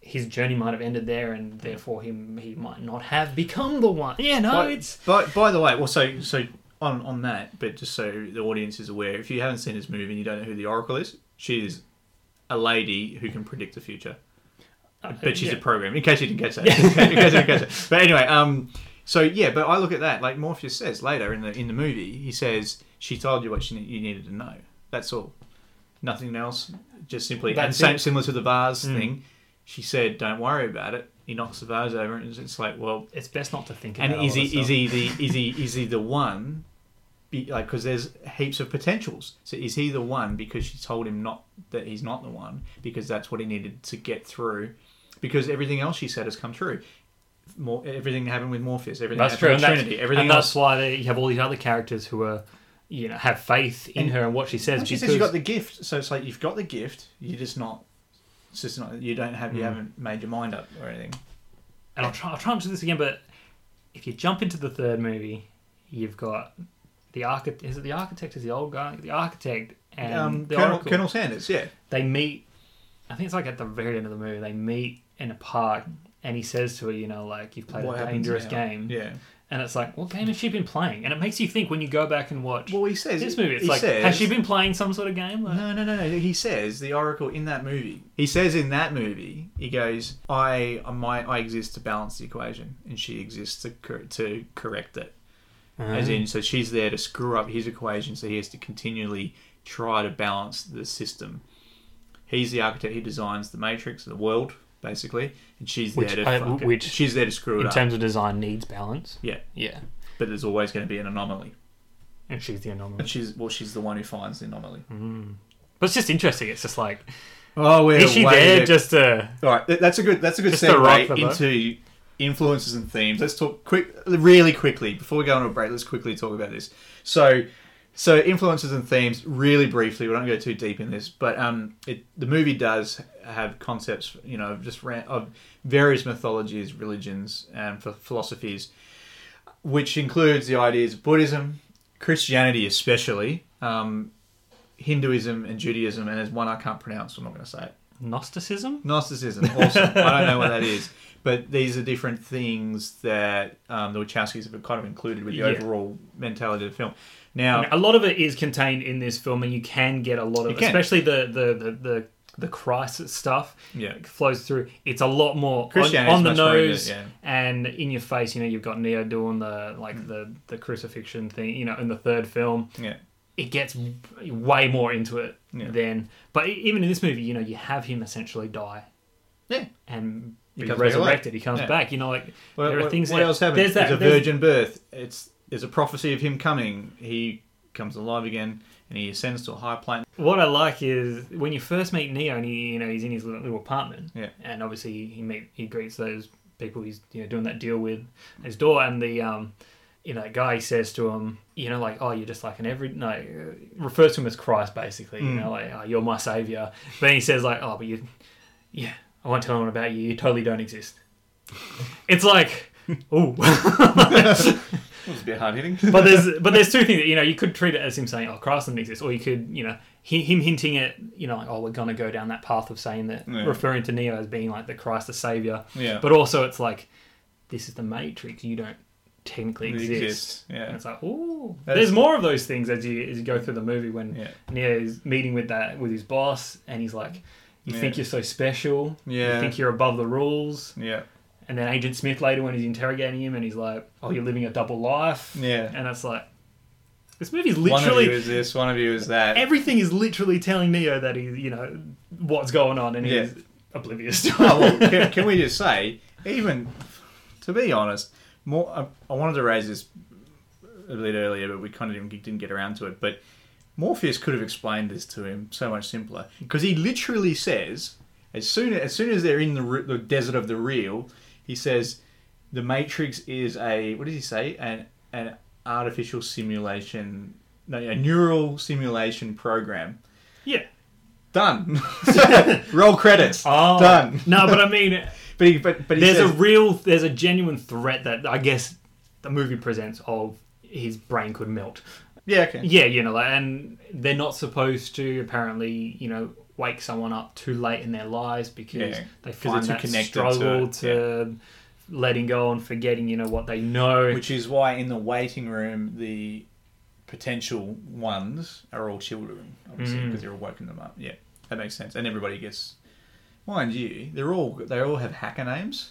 his journey might have ended there and therefore he, he might not have become the one yeah no But, it's but by the way, well, so so on on that, but just so the audience is aware, if you haven't seen this movie and you don't know who the Oracle is, she is a lady who can predict the future. But she's Uh, yeah. a program. In case you didn't catch *laughs* that, in case you didn't catch that. But anyway, um, so yeah, but I look at that like Morpheus says later in the in the movie, he says she told you what she, ne- you needed to know. That's all. Nothing else. Just simply and That's same it. Hmm. similar to the vase thing. She said, "Don't worry about it." He knocks the vase over, and it's like, well, it's best not to think about and all is that he stuff. is he the is he is he the one? Be, like because there's heaps of potentials. So is he the one because she told him not that he's not the one because that's what he needed to get through because everything else she said has come true. More everything happened with Morpheus, everything That's true. happened And with that's, Trinity, everything and else. that's why they, you have all these other characters who are, you know, have faith in her and what she says. And she says because- you got the gift, so it's like you've got the gift. You're just not. It's just not. You don't Hmm. have. You haven't made your mind up or anything. and I'll try, I'll try and do this again, but if you jump into the third movie, you've got the architect. Is it the architect? Is the old guy the architect and Um, the Colonel, oracle? Colonel Sanders, yeah. They meet. I think it's like at the very end of the movie. They meet in a park, and he says to her, "You know, like you've played a happens dangerous now? game." Yeah. And it's like, what game has she been playing? And it makes you think when you go back and watch Well, he says this movie. It's he like, says- has she been playing some sort of game? Like, No, no, no, no. He says the Oracle in that movie. He says in that movie, he goes, "I, uh, my, I exist to balance the equation, and she exists to cor- to correct it." Uh-huh. As in, so she's there to screw up his equation, so he has to continually try to balance the system. He's the architect. He designs the matrix, the world, basically, and she's Which there to I- fuck it. which she's there to screw it in up. terms of design needs balance. yeah, Yeah. but there's always going to be an anomaly, And she's the anomaly. and she's well, she's the one who finds the anomaly. Hmm. But it's just interesting. It's just like Oh, we're is she way there to- just to All right, th- that's a good that's a good Just a rock segue for both. into influences and themes. Let's talk quick, really quickly before we go on a break. Let's quickly talk about this. So, so influences and themes, really briefly. We don't go too deep in this, but um, it, the movie does have concepts, you know, of just ran, of various mythologies, religions, and ph- philosophies which includes the ideas of Buddhism, Christianity, especially um, Hinduism and Judaism, and there's one I can't pronounce. So I'm not going to say it. Gnosticism? Gnosticism, awesome. I don't know what that is, but these are different things that um, the Wachowskis have kind of included with the Yeah. uh, overall mentality of the film. Now, A lot of it is contained in this film, and you can get a lot You of, can. especially the the the. the the crisis stuff Yeah. flows through. It's a lot more on, Christianity's on the much more in it, nose yeah. and in your face. You know, you've got Neo doing the Mm. like the the crucifixion thing. You know, in the third film, yeah, it gets way more into it Yeah. than. But e- even in this movie, you know, you have him essentially die yeah. and be comes back resurrected. alive. He comes Yeah. back. You know, like What, there are what- things. what that, else happens? There's that. a there's- virgin birth. It's there's a prophecy of him coming. He comes alive again, and he ascends to a high plane. What I like is when you first meet Neo, and he, you know, he's in his little, little apartment. Yeah. And obviously, he meet he greets those people he's you know doing that deal with at his door, and the um, you know, that guy says to him, you know, like, oh, you're just like an every no, uh, refers to him as Christ basically. You know, like, oh, you're my savior. But then he says like, oh, but you, yeah, I won't tell anyone about you. You totally don't exist. it's like, ooh. *laughs* It's a bit hard hitting. but there's but there's two things that you know you could treat it as him saying oh Christ doesn't exist or you could you know hi- him hinting at you know like oh we're gonna go down that path of saying that Yeah. referring to Neo as being like the Christ the Savior Yeah. but also it's like this is the Matrix you don't technically It exist, exists, yeah. and it's like ooh That's- there's more of those things as you as you go through the movie when Yeah. Neo's meeting with that with his boss and he's like you think Yeah. you're so special Yeah. you think you're above the rules yeah, and then Agent Smith later when he's interrogating him and he's like, Oh, you're living a double life. Yeah. And it's like this movie's one of you literally is this, one of you is that. everything is literally telling Neo that he's you know what's going on and Yeah. he's oblivious to *laughs* oh, well, it. can, can we just say, even to be honest, more. I, I wanted to raise this a bit earlier, but we kind of didn't, didn't get around to it. But Morpheus could have explained this to him so much simpler because he literally says, as soon as soon as they're in the, re- the desert of the real, he says, the Matrix is a what does he say? An an artificial simulation, no, a neural simulation program. *laughs* yeah. Done. *laughs* Roll credits. Oh. Done. *laughs* no, but I mean But he, but, but he there's says, a real there's a genuine threat that I guess the movie presents of his brain could melt. Yeah, okay. Yeah, you know, like, and they're not supposed to apparently, you know, wake someone up too late in their lives because Yeah, they 'cause they're find too that connected to struggle it, to, letting go and forgetting, you know, what they know. Which is why in the waiting room, the potential ones are all children, obviously, Mm. because you're all woken them up. Yeah, that makes sense. And everybody gets, mind you, they're all they all have hacker names,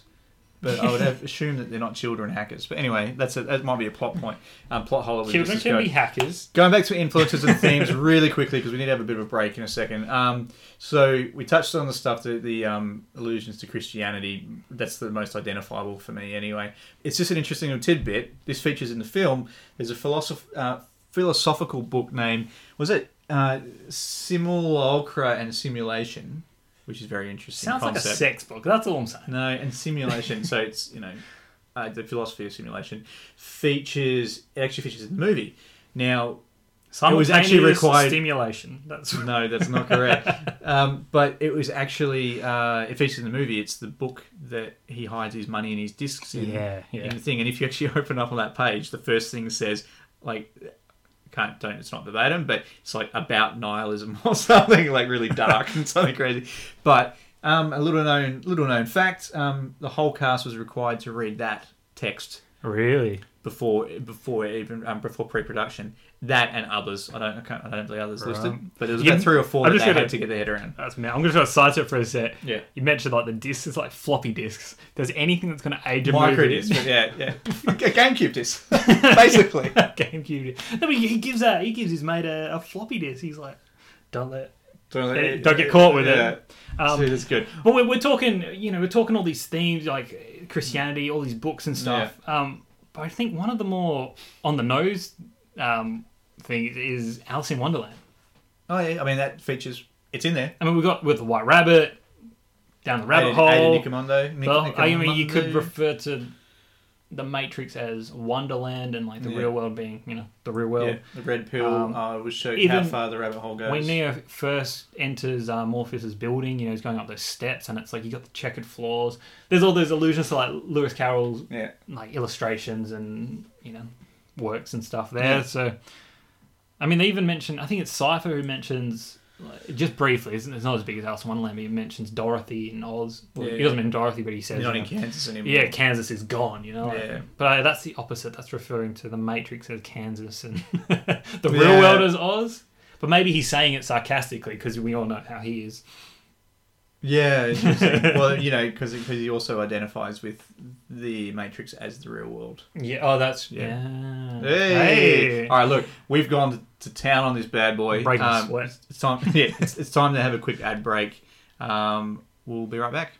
but I *laughs* would have assumed that they're not children hackers. But anyway, that's a, that might be a plot point, um, plot hole. that we Children just can be discovered. hackers. Going back to influences and themes really quickly because we need to have a bit of a break in a second. Um, so we touched on the stuff that the um, allusions to Christianity. That's the most identifiable for me, anyway. It's just an interesting little tidbit. This features in the film. There's a philosoph- uh, philosophical book named was it uh, Simulacra and Simulation, which is very interesting. Sounds concept. like a sex book. That's all I'm saying. No, and simulation. so it's you know, uh, the philosophy of simulation features. It actually features in the movie. Now Simultaneous was actually required- stimulation. That's *laughs* no, that's not correct. um, but it was actually uh, it features in the movie. It's the book that he hides his money and his discs in, Yeah, yeah. in the thing. And if you actually *laughs* open up on that page, the first thing says like can't don't it's not verbatim, but it's like about nihilism *laughs* or something like really dark *laughs* and something crazy. But um, a little known little known fact: um, the whole cast was required to read that text really before before even um, before pre-production. That and others. I don't I, can't, I don't have the others listed, but there was You- about three or four I'm that just they gonna- had to get their head around. That's me. I'm going to try to size it for a sec. Yeah. You mentioned like the discs, it's like floppy discs. If there's anything that's going to age a Micro movie, disc, but yeah, *laughs* yeah. G- GameCube *laughs* disc, basically. *laughs* GameCube. No, but he gives that. He gives his mate a, a floppy disc. He's like, don't let. Don't, Don't get caught with it. Um, See, that's good. But we're, we're talking, you know, we're talking all these themes like Christianity, all these books and stuff. Um, but I think one of the more on the nose um, things is Alice in Wonderland. Oh yeah, I mean that features. It's in there. I mean, we got with the White Rabbit, down the rabbit Aided- hole. Aided Nicomando, Nic- Well, I mean, you Nicomando. could refer to the Matrix as Wonderland and like the Yeah. real world being, you know, the real world. yeah, the red pill. um, uh, will show you how even far the rabbit hole goes. When Neo first enters uh, Morpheus's building, you know, he's going up those steps, and it's like you got the checkered floors. There's all those allusions to like Lewis Carroll's yeah, like illustrations and you know works and stuff there. Yeah. So, I mean, they even mention. I think it's Cipher who mentions like, just briefly. It's it's not as big as Alice in Wonderland. But he mentions Dorothy and Oz. Well, Yeah, he yeah. doesn't mention Dorothy, but he says they're not you in know, Kansas anymore. yeah, Kansas is gone, you know. like- Yeah. But uh, that's the opposite. That's referring to the Matrix as Kansas and *laughs* the Yeah. real world as Oz. But maybe he's saying it sarcastically because we all know how he is. *laughs* Yeah, interesting. well, you know, because he also identifies with the Matrix as the real world. Yeah. Oh, that's Yeah. yeah. Hey. Hey. All right, look, we've gone to town on this bad boy. Breaking um, sweat. It's time. *laughs* Yeah, it's, it's time to have a quick ad break. Um, we'll be right back.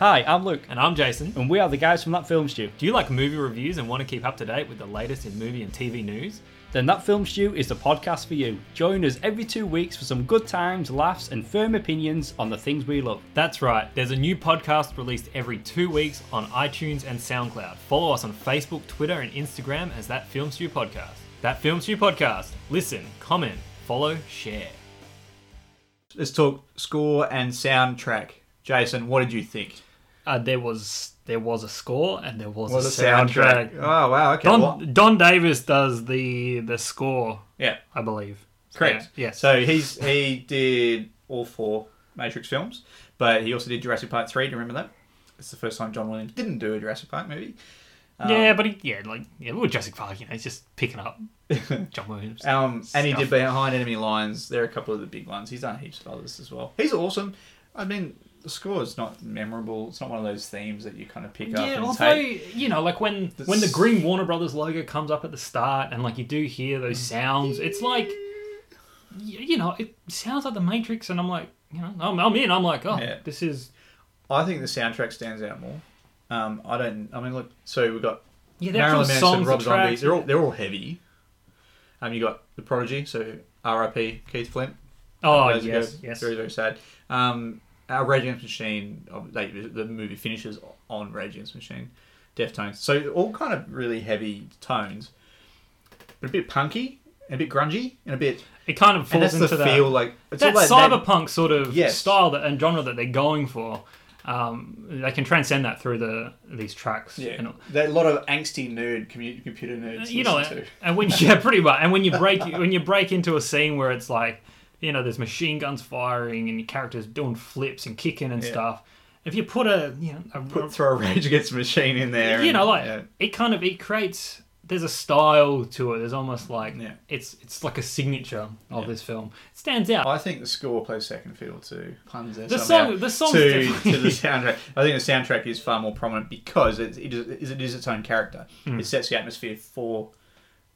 Hi, I'm Luke, And I'm Jason. and we are the guys from That Film Stew. Do you like movie reviews and want to keep up to date with the latest in movie and TV news? Then That Film Stew is the podcast for you. Join us every two weeks for some good times, laughs, and firm opinions on the things we love. That's right. There's a new podcast released every two weeks on iTunes and SoundCloud. Follow us on Facebook, Twitter, and Instagram as That Film Stew Podcast. That Film Stew Podcast. Listen, comment, follow, share. Let's talk score and soundtrack. Jason, what did you think? Uh, there was there was a score and there was, Well, a soundtrack. Oh wow. Okay. Don well, Don Davis does the the score, yeah. I believe. Correct. Yeah. yes. So he's he did all four Matrix films, but he also did Jurassic Park three. Do you remember that? It's the first time John Williams didn't do a Jurassic Park movie. Um, yeah, but he, yeah, like yeah, well, Jurassic Park, you know, he's just *laughs* picking up John Williams. Um, and he did Stuff. Behind Enemy Lines. There are a couple of the big ones. He's done heaps of others as well. He's awesome. I mean, the score is not memorable. It's not one of those themes that you kind of pick up Yeah, and although take. you know, like when The when the s- green Warner Brothers logo comes up at the start, and like you do hear those sounds, it's like y- you know, it sounds like the Matrix, and I'm like, you know, I'm, I'm in. I'm like, oh, Yeah. this is I think the soundtrack stands out more. Um, I don't. I mean, look. So we've got yeah, the actual Marilyn Manson, songs, Rob the Zombie. tracks, They're all they're all heavy. Um, you got the Prodigy. So R.I.P. Keith Flint. oh Those yes, ago. yes, Very very sad. Um, our Rage Against the Machine. uh, They, the movie finishes on Rage Against the Machine. Deftones. So all kind of really heavy tones, but a bit punky. And a bit grungy and a bit, it kind of and falls that's the into that. feel like it's that all like that- cyberpunk sort of Yes. style that, and genre that they're going for. um, they can transcend that through the these tracks. And, that lot of angsty nerd commu- computer nerds. you know, listen to. *laughs* and when yeah, pretty much, and when you break when you break into a scene where it's like, you know, there's machine guns firing and your characters doing flips and kicking and stuff. If you put a you know a, Put, throw a Rage Against the Machine in there. you and- know like yeah. it kind of it creates there's a style to it. There's almost like Yeah. it's it's like a signature of this film. It stands out. I think the score plays second fiddle to puns. there The somehow, song- the song's to, definitely- to the soundtrack. I think the soundtrack is far more prominent because it, it, is, it is its own character. Hmm. It sets the atmosphere for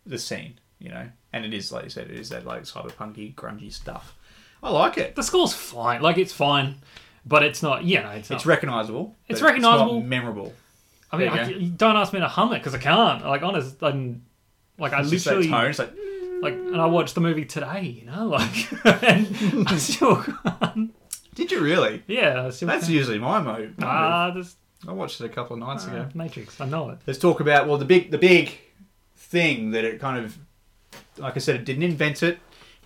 the scene, you know, and it is like you said, it is that like cyberpunky, grungy stuff. I like it. the score's fine. Like it's fine, but it's not. You know, it's not. It's recognizable. but It's recognisable. It's not memorable. I mean, there you I, you don't ask me to hum it because I can't. Like honest, I'm, like I It's just that literally tone. It's like like, and I watched the movie today. You know, *laughs* like, and *laughs* I still, can't. Did you really? yeah, I still. That's can't. usually my move. Ah, this I watched it a couple of nights ago. Matrix. I know it. let's talk about well the big the big thing that it kind of like I said it didn't invent it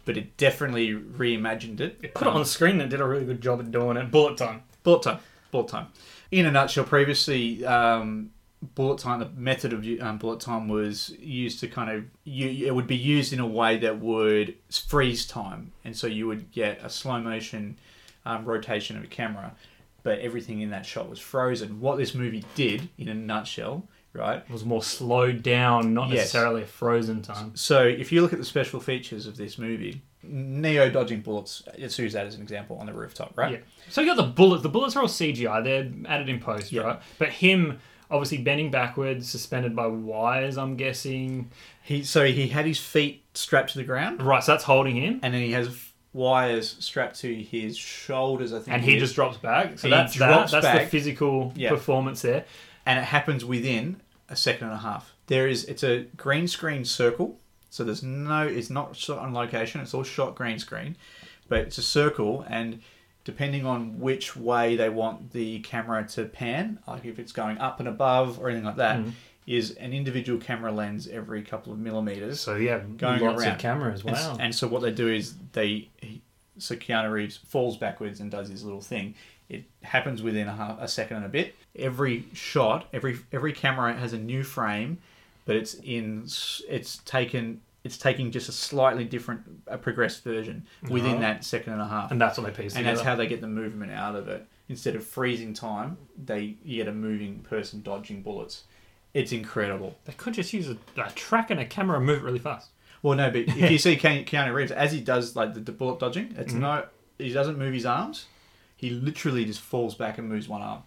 but it definitely reimagined it. Um, Put it on screen and did a really good job at doing it. Bullet time. Bullet time. Bullet time. In a nutshell, previously, um, bullet time, the method of um, bullet time was used to kind of, you, it would be used in a way that would freeze time. And so you would get a slow motion um, rotation of a camera, but everything in that shot was frozen. What this movie did, in a nutshell, right? It was more slowed down, not Yes. necessarily a frozen time. So if you look at the special features of this movie, Neo dodging bullets, let's use that as an example on the rooftop, right? Yeah. So you got the bullets. The bullets are all CGI. They're added in post, Yeah. right? But him obviously bending backwards, suspended by wires. I'm guessing. He, so he had his feet strapped to the ground. Right. So that's holding him. and then he has wires strapped to his shoulders. I think, and it he is. just drops back. So He that's that. drops That's the back. physical Yeah. performance there. and it happens within a second and a half. There is it's a green screen circle, so there's no it's not shot on location. It's all shot green screen, but it's a circle and. Depending on which way they want the camera to pan, like if it's going up and above or anything like that, is an individual camera lens every couple of millimeters. So yeah, going lots around. of cameras. And s- Wow. And, so what they do is they, he- so Keanu Reeves falls backwards and does his little thing. It happens within a, half, a second and a bit. Every shot, every every camera has a new frame, but it's in s- it's taken it's taking just a slightly different a progressed version within that second and a half. Uh-huh. And that's what they piece And that's together. how they get the movement out of it. Instead of freezing time, they you get a moving person dodging bullets. It's incredible. They could just use a, a track and a camera and move it really fast. Well, no, but if you see Ke- Keanu Reeves as he does like the, the bullet dodging, it's Mm-hmm. no, he doesn't move his arms. He literally just falls back and moves one arm,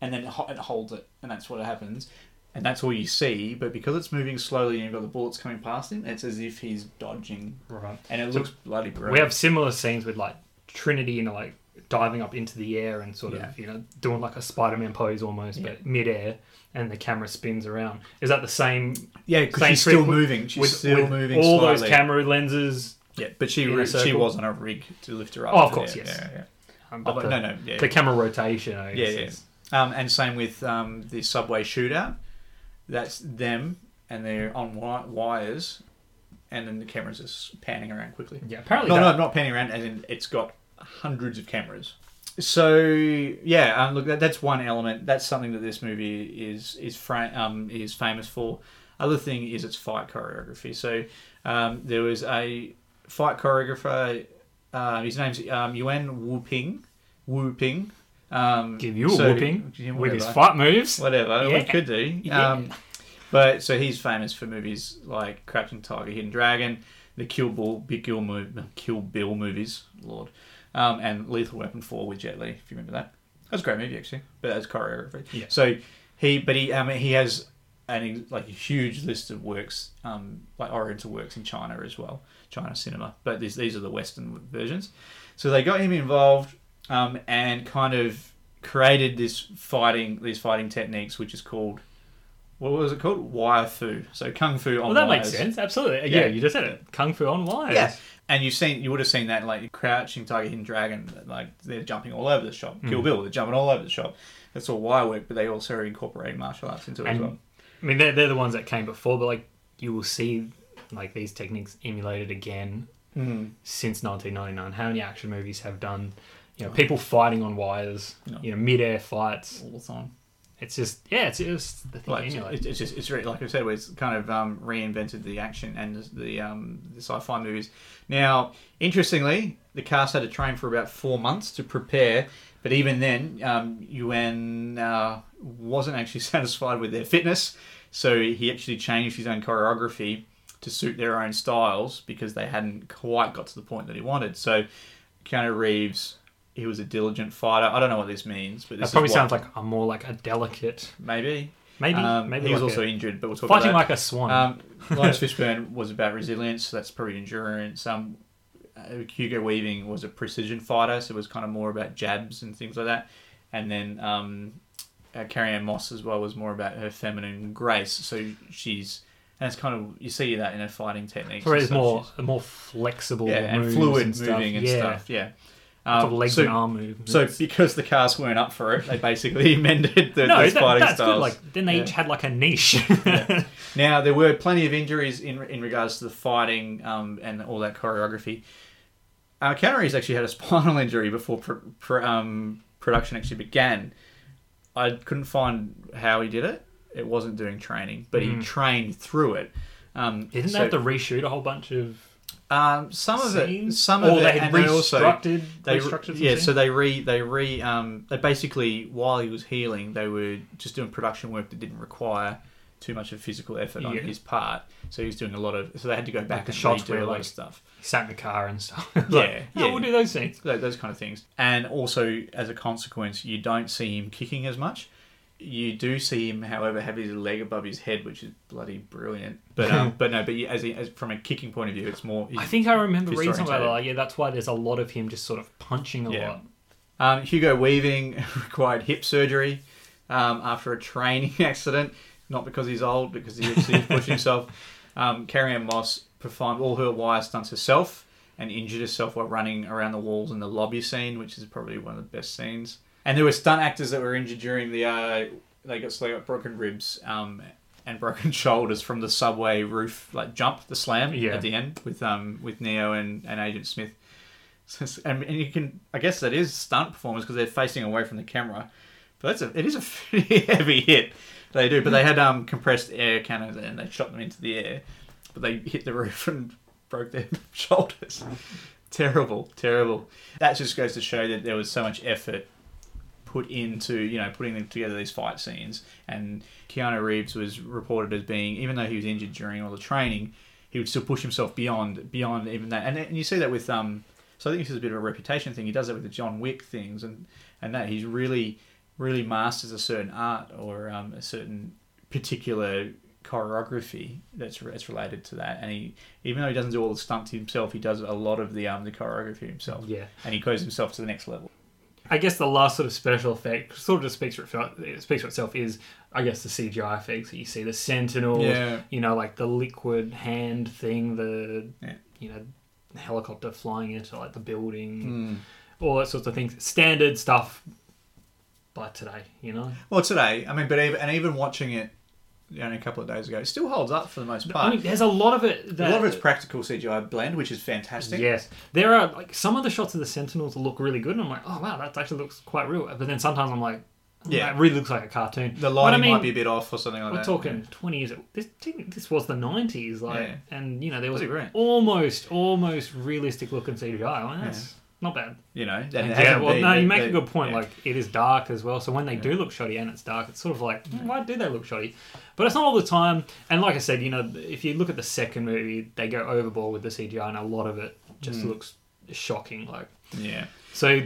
and then it ho- it holds it, and that's what happens, and that's all you see. But because it's moving slowly and you've got the bullets coming past him, it's as if he's dodging, Right. and it looks bloody brilliant. We have similar scenes with like Trinity, you know, like diving up into the air and sort Yeah. of, you know, doing like a Spider Man pose almost, but mid air and the camera spins around. Is that the same? yeah, because same she's still trick with- moving. She's with- still with moving. All those slowly. camera lenses. Yeah, but she in a re- she circle. was on a rig to lift her up. Oh, of to course, there. yes. Yeah, yeah. Um, Oh, but the, no, no, yeah. The camera rotation. I Yeah, guess, yeah. is- Um, and same with um, the subway shootout. That's them, and they're on wi- wires, and then the cameras just panning around quickly. Yeah, apparently No, that- no, not panning around. As in, it's got hundreds of cameras. So yeah, um, look, that, that's one element. That's something that this movie is is fra- um, is famous for. Other thing is its fight choreography. So um, there was a fight choreographer. Uh, his name's um, Yuan Wu Ping. Wu Ping. Um, Give you a so- whooping Yeah, with his whatever. fight moves. Whatever we Yeah. could do. Um, but so he's famous for movies like Crouching Tiger, Hidden Dragon, the Kill Bill, Big Kill, mo- Kill Bill movies, Lord, um, and Lethal Weapon Four with Jet Li. If you remember that, that was a great movie actually, but that was choreography. Yeah. So he, but he, um, he has an ex- like a huge list of works, um, like Oriental works in China as well, China cinema. But these these are the Western versions. So they got him involved, um, and kind of created this fighting these fighting techniques, which is called what was it called? Wire Fu. So Kung Fu on Well, that wires. makes sense. Absolutely. Yeah, Yeah. you just said it. Kung Fu on wires. Yeah. And you've seen, you would have seen that in, like Crouching Tiger, Hidden Dragon, like they're jumping all over the shop. Hmm. Kill Bill, they're jumping all over the shop. That's all wire work, but they also are incorporating martial arts into it as And- well. I mean, they're, they're the ones that came before, but like you will see like these Hmm. techniques emulated again since 1999. How many action movies have done, You know, people fighting on wires. You know, mid-air fights. all the time. It's just yeah, it's just the thing. Like you know, it's, it's just it's really like I said, where it's kind of um, reinvented the action and the um, the sci-fi movies. Now, interestingly, the cast had to train for about four months to prepare, but even then, um, Yuen uh, wasn't actually *laughs* satisfied with their fitness, so he actually changed his own choreography to suit their own styles because they hadn't quite got to the point that he wanted. So, Keanu Reeves. He was a diligent fighter. I don't know what this means, but this that probably is what- sounds like I'm more like a delicate. maybe Maybe um, maybe he was like also a- injured, but we'll talk fighting about like that. a swan. Um, *laughs* Lawrence Fishburne was about resilience, so that's probably endurance. Um, uh, Hugo Weaving was a precision fighter, so it was kind of more about jabs and things like that. And then um, uh, Carrie Ann Moss as well was more about her feminine grace. So she's and it's kind of you see that in her fighting techniques. Whereas and stuff. more more flexible She's- yeah, and moves fluid and stuff. moving and yeah. stuff. Yeah, Sort of Um, legs so- and arm movements. so because the cast weren't up for it, they basically *laughs* amended the, no, those that- fighting that's styles. good. Like then they Yeah. each had like a niche. *laughs* Now there were plenty of injuries in in regards to the fighting um, and all that choreography. Uh, Canaries actually had a *laughs* spinal injury before pr- pr- um, production actually began. I couldn't find how he did it. It wasn't doing training, but Mm. he trained through it. Um, Didn't so, they have to reshoot a whole bunch of um, some of it, scenes? some or of it, they and had they also- restructured, they restructured some yeah scenes? so they re they re um they basically while he was healing they were just doing production work that didn't require too much of physical effort on Yeah. his part so he was doing a lot of so they had to go back the and shots redo where, a lot like- of stuff sat in the car and stuff. *laughs* Yeah, yeah, yeah. we'll do those scenes. Tho- those kind of things and also as a consequence you don't see him kicking as much you do see him however have his leg above his head which is bloody brilliant but *laughs* um but no but you- as, he, as from a kicking point of view it's more I think I remember Fist reading something about that. Like, orientated. yeah, that's why there's a lot of him just sort of punching a Yeah. lot. Um, Hugo Weaving *laughs* required hip surgery um, after a training *laughs* accident, not because he's old, because he actually pushed himself. Um, Carrie Ann Moss performed all her wire stunts herself and injured herself while running around the walls in the lobby scene, which is probably one of the best scenes. And there were stunt actors that were injured during the. Uh, they got so they got broken ribs um, and *laughs* broken shoulders from the subway roof like jump, the slam Yeah. at the end with um with Neo and, and Agent Smith. And, and you can, I guess that is stunt performers because they're facing away from the camera. But that's a, *laughs* it is a pretty heavy hit. They do, but they had um, compressed air cannons and they shot them into the air. But they hit the *laughs* roof and broke their *laughs* shoulders. terrible, terrible. That just goes to show that there was so much effort put into you know putting them together these fight scenes. And Keanu Reeves was reported as being, even though he was injured during all the training, he would still push himself beyond beyond even that. And, and you see that with um, so I think this is a bit of a reputation thing. He does that with the John Wick things and and that he's really really masters a certain art or um, a certain particular choreography that's that's related to that. And he even though he doesn't do all the stunts himself, he does a lot of the um the choreography himself. Yeah. and he goes himself to the next level. I guess the last sort of special effect sort of just speaks for itself, it speaks for itself is I guess the CGI effects that you see the sentinels, Yeah. you know, like the liquid hand thing, the Yeah. you know helicopter flying into like the Hmm. building, all that sorts of things, standard stuff. By today, you know, Well, today, I mean, but even, and even watching it you know, only a couple of days ago, it still holds up for the most part. I mean, there's a lot of it. a That, lot of it's practical CGI blend, which is fantastic. Yes, there are like some of the shots of the Sentinels look really good, and I'm like, oh wow, that actually looks quite real. But then sometimes I'm like, yeah, Yeah. that really looks like a cartoon. The But lighting I mean, might be a bit off or something like We're that. talking 20 years. This this was the 90s, like, Yeah. and you know there was Pretty brilliant. almost almost realistic looking CGI. Like, that's not bad. You know, and it And yeah, hasn't well, been- no, they- you make they- a good point. yeah. Like it is dark as well, so when they do look shoddy and it's dark, it's sort of like "Hmm, why do they look shoddy? But it's not all the time. And like I said, you know, if you look at the second movie, they go overboard with the CGI, and a lot of it just Mm. looks shocking. Like *laughs* yeah, so,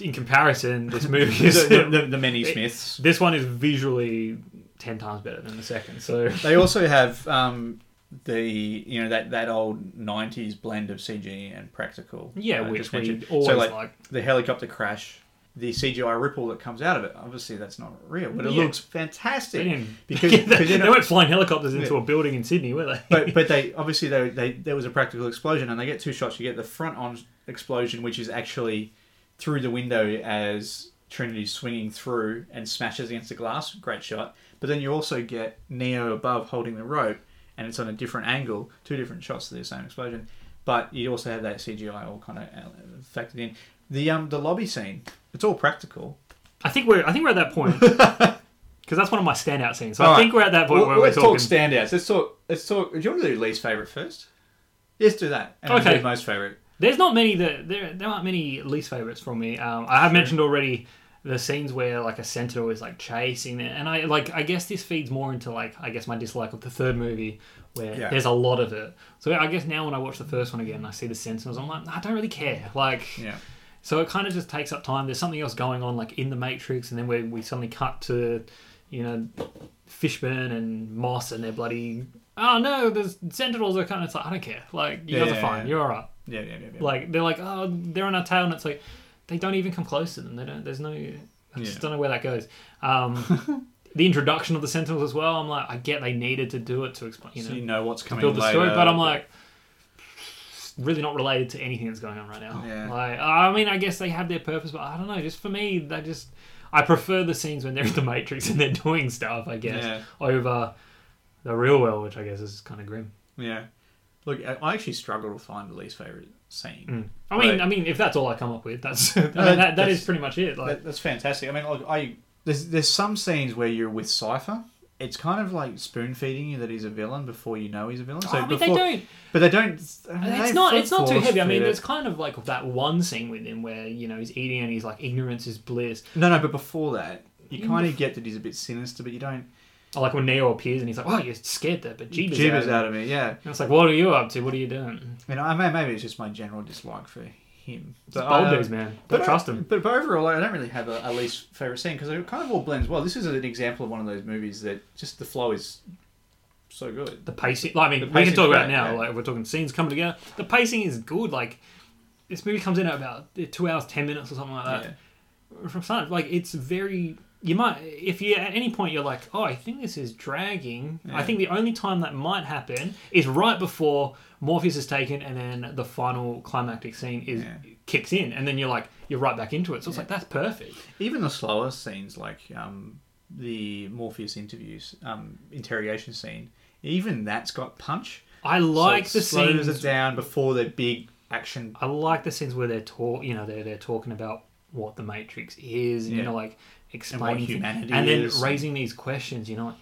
in comparison, this *laughs* movie the, is the, the, the many Smiths. *laughs* this one is visually ten times better than the second. So. they also have um, the you know that that old '90s blend of CG and practical. Yeah, I which Uh, just we mentioned. always so like, like. *laughs* the helicopter crash, the CGI ripple that comes out of it. Obviously, that's not real, but it Yeah. looks fantastic *laughs* Brilliant. because Yeah, they, because you they know. weren't flying helicopters into a building in Sydney, were they? But, but they obviously they, they there was a practical explosion and they get two shots. You get the front on explosion, which is actually through the window as Trinity's swinging through and smashes against the glass. Great shot. But then you also get Neo above holding the rope, and it's on a different angle. Two different shots to the same explosion. But you also have that CGI all kind of uh, factored in. The um the lobby scene. It's all practical. *laughs* I think we're I think we're at that *laughs* point because that's one of my standout scenes. So I All think right. we're at that point Well, where we're let's talking. talk standouts. Let's talk. Let's talk. Do you want to do least favorite first? Yes, do that. And Okay. okay. Do most favorite. There's not many that there there aren't many least favorites from me. Um, I have mentioned already the scenes where like a sentinel is like chasing it, and I like I guess this feeds more into like I guess my dislike of the third movie where Yeah. there's a lot of it. So I guess now when I watch the first one again, and I see the sentinels. I'm like I don't really care. Like Yeah. so it kind of just takes up time. There's something else going on like in the Matrix, and then we we suddenly cut to you know Fishburne and Moss and their bloody. Oh no, the Sentinels are kind of it's like I don't care. Like you Yeah, guys are yeah, fine. yeah. You're all right. Yeah. Yeah. Yeah. yeah. Like they're like, oh, they're on our tail, and it's like they don't even come close to them. They don't. There's no. I just Yeah. don't know where that goes. *laughs* Um, the introduction of the Sentinels as well. I'm like, I get they needed to do it to explain, you know, so you know what's coming build the later. story, but I'm like, it's really not related to anything that's going on right now. Yeah. Like, I mean, I guess they have their purpose, but I don't know. Just for me, they just. I prefer the scenes when they're in the Matrix and they're *laughs* doing stuff. I guess Yeah. over the real world, which I guess is kind of grim. Yeah. Look, I- I actually struggle to find the least favorite scene. I mean, Right. I mean, if that's all I come up with, that's *laughs* I mean, that, that is uh, that's- pretty much it. Like, That, that's fantastic. I mean, like I there's there's some scenes where you're with Cipher. It's kind of like spoon feeding you that he's a villain before you know he's a villain. So Oh, I mean, they before, don't. But they don't. It's It's not. It's not too heavy. I mean, it's kind of like that one scene with him where you know he's eating and he's like, "Ignorance is bliss." no, no. But before that, you Mm. kind of get that he's a bit sinister, but you don't. Or like when Neo appears and he's like, "Oh, you're scared there, but jeebus, Jeebus out." out of me. Yeah. And it's like, "What are you up to? What are you doing?" I mean, I may, maybe it's just my general dislike for him. But Bold I, uh, dudes, man. Don't but trust I, him. But, but overall, I don't really have a, a least favorite scene because it kind of all blends well. This is an example of one of those movies that just the flow is so good. The pacing. Like, I mean, The we can pacing's talk about it great, now. yeah. Like we're talking scenes coming together. The pacing is good. Like this movie comes in at about eh, two hours ten minutes or something like that. Yeah. from start like it's very you might if you at any point you're like oh i think this is dragging i think the only time that might happen is right before morpheus is taken and then the final climactic scene is Yeah. kicks in and then you're like you're right back into it so it's like that's perfect Even the slower scenes, like um, the Morpheus interviews, um, interrogation scene, even that's got punch. i like so the it slows it scenes down before the big action. i like the scenes where they're talk you know they're, they're talking about what the matrix is and you Yeah. know like explaining things. humanity and then is. raising these questions you know like,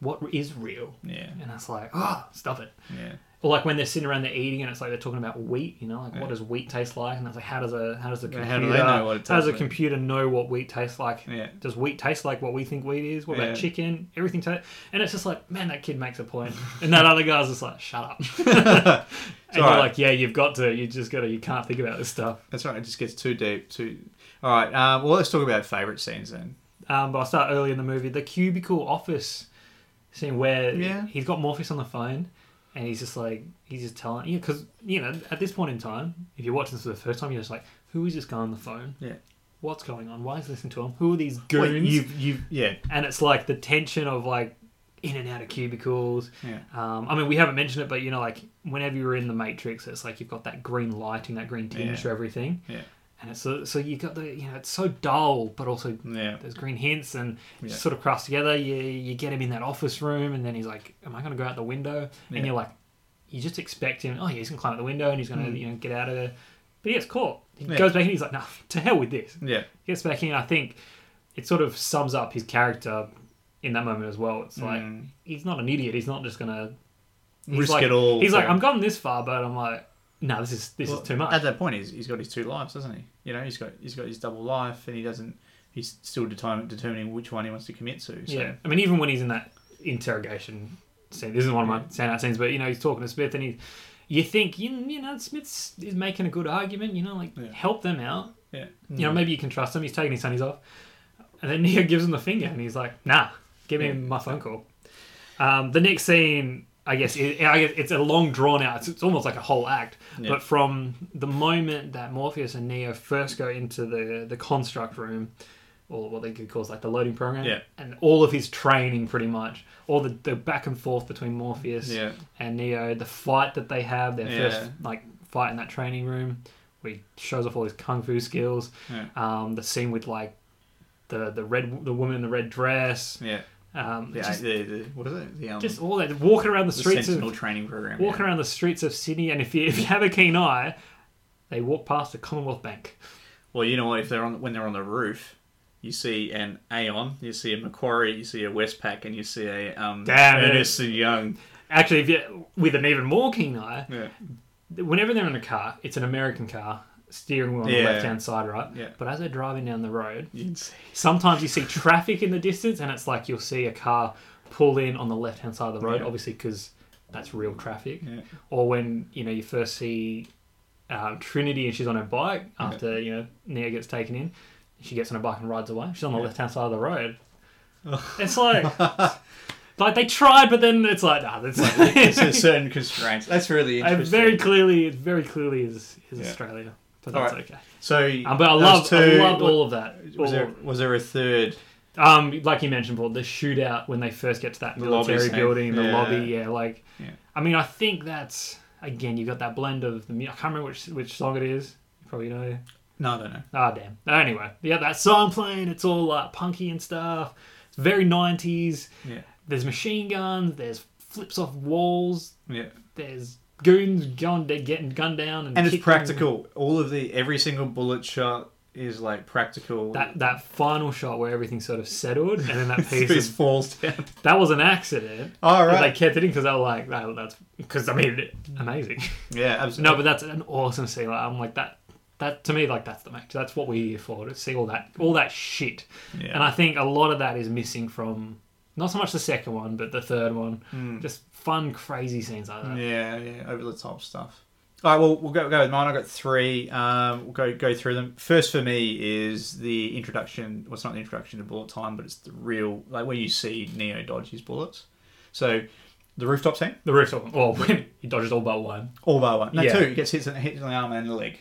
what is real Yeah, and it's like oh stop it yeah, Or like when they're sitting around, they're eating, and it's like they're talking about wheat. You know, like what does wheat taste like? And it's like how does a how does a computer how do they know what it how does tastes a like? computer know what wheat tastes like? Yeah. Does wheat taste like what we think wheat is? What Yeah. about chicken? Everything. Ta- and it's just like, man, that kid makes a point, and that other guy's just like, *laughs* shut up. *laughs* and you're alright. like, yeah, you've got to. You just got to. You can't think about this stuff. that's right. It just gets too deep. Too. All right. Um, well, let's talk about favorite scenes then. Um, but I'll start early in the movie. The cubicle office scene where Yeah. he's got Morpheus on the phone and he's just like, he's just telling, yeah, because, you know, at this point in time, if you're watching this for the first time, you're just like, who is this guy on the phone? Yeah. What's going on? Why is he listening to him? Who are these goons? Wait, you've, you've, yeah, And it's like the tension of like in and out of cubicles. yeah, Um, I mean, we haven't mentioned it, but you know, like whenever you're in the Matrix, it's like you've got that green lighting, that green tinge Yeah. to everything. yeah, And it's so, so you got the, you know, it's so dull, but also yeah. there's green hints and it Yeah. sort of crushed together. You you get him in that office room and then he's like, "Am I going to go out the window?" And Yeah. you're like, you just expect him. Oh, yeah, he's going to climb out the window and he's going to you know get out of there. But he gets caught. He Hmm. Yeah. goes back in. He's like, "Nah, to hell with this." Yeah, He gets back in. I think it sort of sums up his character in that moment as well. It's like Mm. he's not an idiot. He's not just going to risk like, it all. He's like, for- "I'm gone this far," but I'm like, "No, this is this is too much." At that point, he's, he's got his two lives, doesn't he? You know, he's got he's got his double life, and he doesn't. He's still determin determining which one he wants to commit to. So. Yeah, I mean, even when he's in that interrogation scene, this is one of my standout scenes. But you know, he's talking to Smith, and he, you think you, you know Smith's is making a good argument. You know, like Yeah. help them out. yeah, You know, maybe you can trust him. He's taking his sunnies off, and then *laughs* Neo gives him the finger, and he's like, "Nah, give me my phone call." Um, the next scene, I guess, it, I guess it's a long drawn out. It's, it's almost like a whole act. Yeah. But from the moment that Morpheus and Neo first go into the the construct room, or what they could call like the loading program, Yeah. and all of his training, pretty much, all the, the back and forth between Morpheus Yeah. and Neo, the fight that they have, their Yeah. first like fight in that training room, where he shows off all his kung fu skills. Yeah. Um, the scene with like the the red the woman in the red dress. yeah. Um, Yeah, just, the, the, what is it? The, um, just all that walking around the the streets Sentinel of training program. walking yeah. around the streets of Sydney, and if you if you have a keen eye, they walk past the Commonwealth Bank. Well, you know what? If they're on when they're on the roof, you see an Aon, you see a Macquarie, you see a Westpac, and you see a um, Damn it. Ernest and Young. Actually, if you, with an even more keen eye, *laughs* Yeah. whenever they're in a car, it's an American car, steering wheel on the Yeah. left hand side, right? Yeah. But as they're driving down the road, You can see. sometimes you see traffic in the distance, and it's like you'll see a car pull in on the left hand side of the road, Yeah. obviously because that's real traffic. Yeah. Or when you know you first see um, Trinity and she's on her bike after you know Nia gets taken in, she gets on her bike and rides away. She's on the left hand side of the road. Oh. It's like. Like they tried, but then it's like, *laughs* nah, that's *laughs* So certain constraints. That's really I interesting. very clearly, it very clearly is, is Yeah. Australia, but All that's right. okay. So, Um, but I those love, I two- loved all of that. Was All- there, was there a third? um, like you mentioned, Paul, the shootout when they first get to that lobby military scene. building, the Yeah. lobby, yeah, like, Yeah. I mean, I think that's again, you got that blend of the. mu- I can't remember which which song it is. You probably know. No, I don't know. Ah, damn. Anyway, yeah, that song playing. It's all like punky and stuff. It's very nineties. Yeah. There's machine guns. There's flips off walls. Yeah. There's goons going de- getting gunned down and And kicked it's practical. All of the every single bullet shot is like practical. *laughs* that that final shot where everything sort of settled and then that piece Fist of, falls *laughs* down. that was an accident All But right. they kept it in because they were like that, that's because i mean *laughs* amazing yeah, absolutely. no but that's an awesome scene like, i'm like that that to me like that's the match that's what we're here for to see all that all that shit Yeah. and i think a lot of that is missing from not so much the second one but the third one just fun crazy scenes like that Hmm. Yeah, yeah, over the top stuff. All right, well, we'll go, go with mine. I've got three. Um, we'll go go through them. First for me is the introduction. Well, it's not the introduction to bullet time, but it's the real like where you see Neo dodge his bullets. So the rooftop scene, the rooftop oh *laughs* when he dodges all but one. all by one. No, Yeah. two. He gets hit in, hit in the arm and the leg.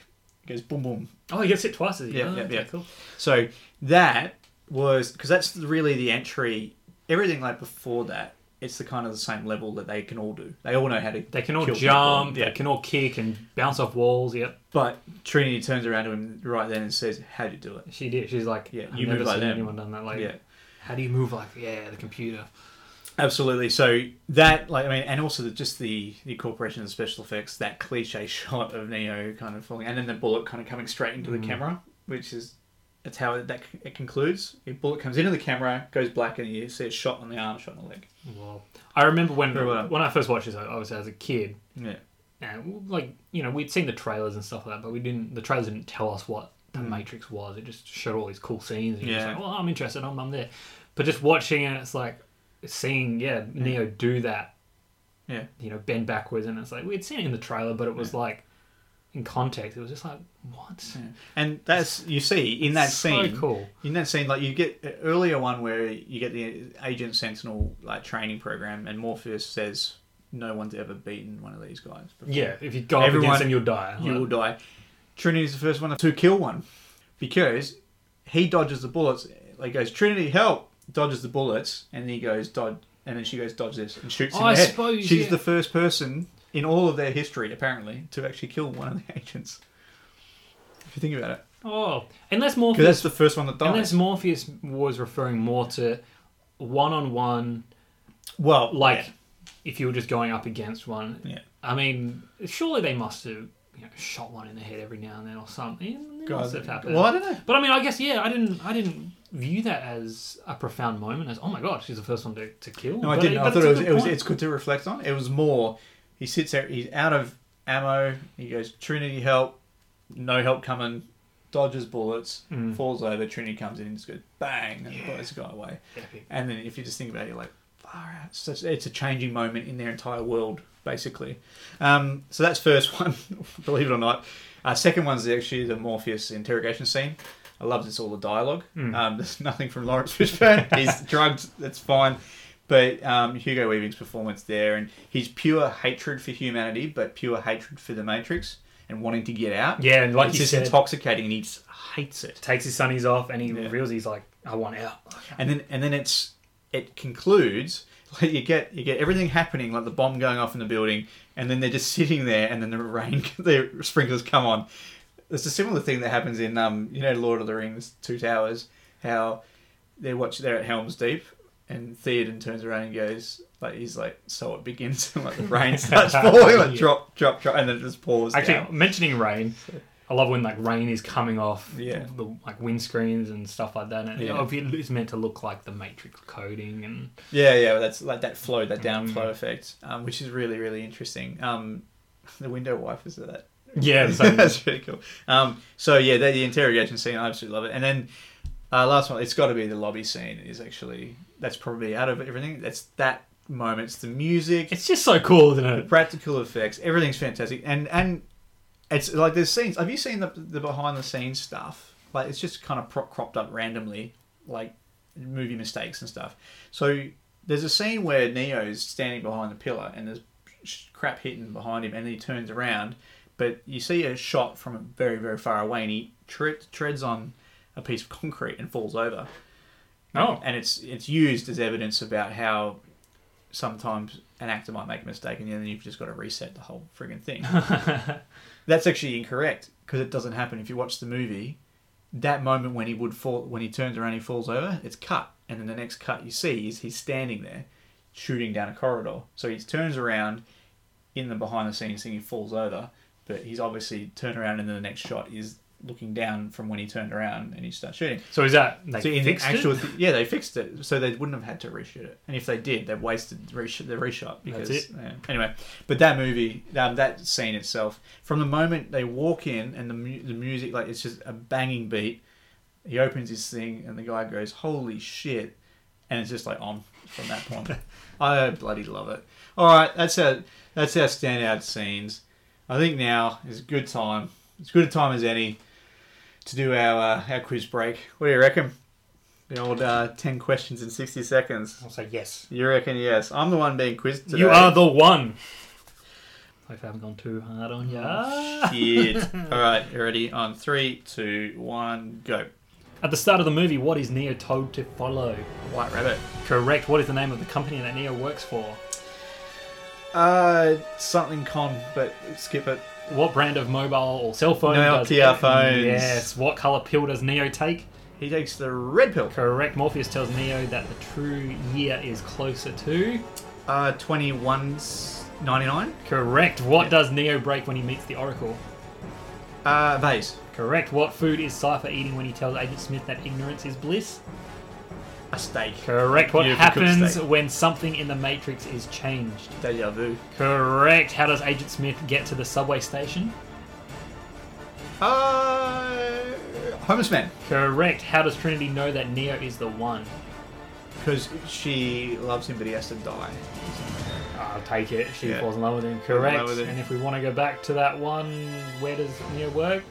Goes boom boom. Oh, he gets hit twice as he Yeah, Oh, yeah, okay, yeah. cool. So that was because that's really the entry. Everything like before that, it's the kind of the same level that they can all do. They all know how to. They can all kill people. jump, Yeah. they can all kick and bounce off walls. Yep. But Trinity turns around to him right then and says, "How'd you do it?" She did. She's like, Yeah, I've you never move like seen them. anyone done that. Like, Yeah. how do you move like, yeah, the computer? Absolutely. So that, like, I mean, and also the, just the the incorporation of special effects, that cliche *laughs* shot of Neo kind of falling, and then the bullet kind of coming straight into Mm. the camera, which is that's how it, that it concludes. The bullet comes into the camera, goes black, and you see a shot on the arm, shot on the leg. Wow. I remember when Very well. when I first watched this, I was as a kid, Yeah. and like you know, we'd seen the trailers and stuff like that, but we didn't. The trailers didn't tell us what the Matrix was. It just showed all these cool scenes, and yeah. Hmm. Yeah. like, well, I'm interested. I'm, I'm there. But just watching it, it's like seeing yeah Hmm. Neo do that. Yeah. You know, bend backwards, and it's like we'd seen it in the trailer, but it was like in context, it was just like what? And that's you see in that So scene. cool. In that scene, like you get an earlier one where you get the Agent Sentinel like training program, and Morpheus says, "No one's ever beaten one of these guys." before." Yeah, if you go up Everyone- against them, you'll die. you Like- will die. Trinity's the first one to kill one because he dodges the bullets. Like goes Trinity help, dodges the bullets, and he goes dodge, and then she goes dodge this and shoots. him I in the head. suppose, she's yeah. the first person in all of their history apparently to actually kill one of the *laughs* agents. If you think about it, Oh, unless because Morpheus, that's the first one that dies. unless Morpheus was referring more to one-on-one, well, like yeah. if you were just going up against one. Yeah. I mean, surely they must have you know, shot one in the head every now and then or something. It must have happened. Well, I don't know. But I mean, I guess yeah, I didn't, I didn't view that as a profound moment. As oh my god, she's the first one to, to kill. No, I didn't. I thought it was, it was. It's good to reflect on. It was more. He sits there. He's out of ammo. He goes Trinity help. No help coming. Dodges bullets. Falls over. Trinity comes in and just goes bang and blows the guy away. Epic. And then if you just think about it, you're like, far out. So it's- it's a changing moment in their entire world, basically. Um, so that's first *laughs* one. believe it or not. Uh, second one's actually the Morpheus interrogation scene. I love this all the dialogue. Hmm. Um, *laughs* there's nothing from Lawrence *laughs* Fishburne. He's drugged. That's fine. But um, Hugo Weaving's performance there and his pure hatred for humanity, but pure hatred for the Matrix and wanting to get out. Yeah, and like it's you just said- intoxicating, and he just hates it. takes his sunnies off and he Yeah. reveals he's like, I want out. and then and then it's it concludes *laughs* like you get you get everything happening like the bomb going off in the building and then they're just *laughs* sitting there and then the rain *laughs* the sprinklers come on it's a similar thing that happens in um you know lord of the rings two towers how they watch they're at helms deep and theoden turns around and goes like he's like so it *laughs* begins and like the rain starts falling like drop drop drop and then it just pours Actually, down. mentioning rain, I love when like rain is coming off, Yeah. the, like windscreens and stuff like that. And Yeah. yeah. it's meant to look like the Matrix coding, and Yeah, yeah, that's like that flow, that downflow effect, um, which is really, really interesting. Um, *laughs* the window wipers are that. *laughs* *laughs* yeah, so that's really cool. Um, so yeah, the, the interrogation scene, I absolutely love it. And then uh, last one, it's got to be the lobby scene. Is actually that's probably out of everything. That's that moment. It's the music, it's just so cool, isn't the it? practical effects. Everything's fantastic. And and it's like there's scenes. Have you seen the the behind the scenes stuff? Like it's just kind of pro- cropped up randomly, like movie mistakes and stuff. So there's a scene where Neo's standing behind the pillar and there's sh- crap hitting behind him, and then he turns around, but you see a shot from very very far away, and he tre- treads on a piece of concrete and falls over Oh, and it's it's used as evidence about how sometimes an actor might make a mistake and then you've just got to reset the whole frigging thing. That's actually incorrect because it doesn't happen. If you watch the movie, that moment when he would fall, when he turns around, he falls over. It's cut, and then the next cut you see is he's standing there, shooting down a corridor. So he turns around, in the behind the scenes thing, he falls over, but he's obviously turned around, and then the next shot is looking down from when he turned around and he starts shooting. so is that they So in fixed actual, it? yeah, they fixed it, so they wouldn't have had to reshoot it. And if they did, they've wasted the reshoot, the reshot because That's it. yeah. anyway. But that movie, um, that scene itself, from the moment they walk in and the mu- the music, like it's just a banging beat. He opens his thing and the guy goes, "Holy shit!" and it's just like on from that *laughs* point. I bloody love it. All right, that's our that's our standout scenes. I think now is a good time, as good a time as any, to do our uh, our quiz break. What do you reckon? The old uh, ten questions in sixty seconds. I'll say yes. You reckon? Yes, I'm the one being quizzed today. You are the one. Hope I haven't gone too hard on ya. *laughs* Shit. *laughs* All right, you ready? On three, two, one, go. At the start of the movie, what is Neo told to follow? White rabbit. Correct. What is the name of the company that Neo works for? Uh, something con, but skip it. What brand of mobile or cell phone? No, does TR phones. Yes. What color pill does Neo take? He takes the red pill. Correct. Morpheus tells Neo that the true year is closer to. Uh, twenty one ninety nine. Correct. What does Neo break when he meets the Oracle? Uh, vase. Correct. What food is Cypher eating when he tells Agent Smith that ignorance is bliss? A steak. Correct. What Beautiful cooked happens steak. when something in the Matrix is changed? Deja vu. Correct. How does Agent Smith get to the subway station? Uh, homeless man. Correct. How does Trinity know that Neo is the one? Because she loves him, but he has to die. I'll take it. She Yeah. falls in love with him. in love Correct. with him. And if we want to go back to that one, where does Neo *laughs* work?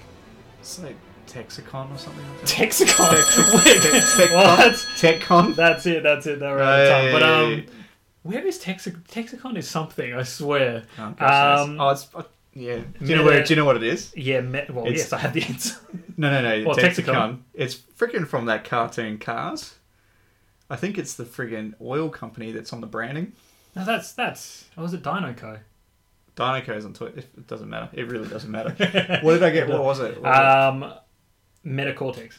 It's like Texicon or something. Like that. Texicon. *laughs* Texicon. what? Texcon. That's it. That's it. That right time. But um, Right. where is Texic? Texicon is something. I swear. Oh, gosh, um, yes. oh it's. Uh, yeah. Do you, Meta- know where, do you know what it is? yeah. Me- well, It's- yes, I have the answer. *laughs* No, no, no. Well, Texicon. It's freaking from that cartoon Cars. I think it's the friggin' oil company that's on the branding. no, that's that's. Oh, was it Dino Co? Dynoco's on Twitter. It doesn't matter. It really doesn't *laughs* matter. what did I get? What was it? What was it? Um, Metacortex.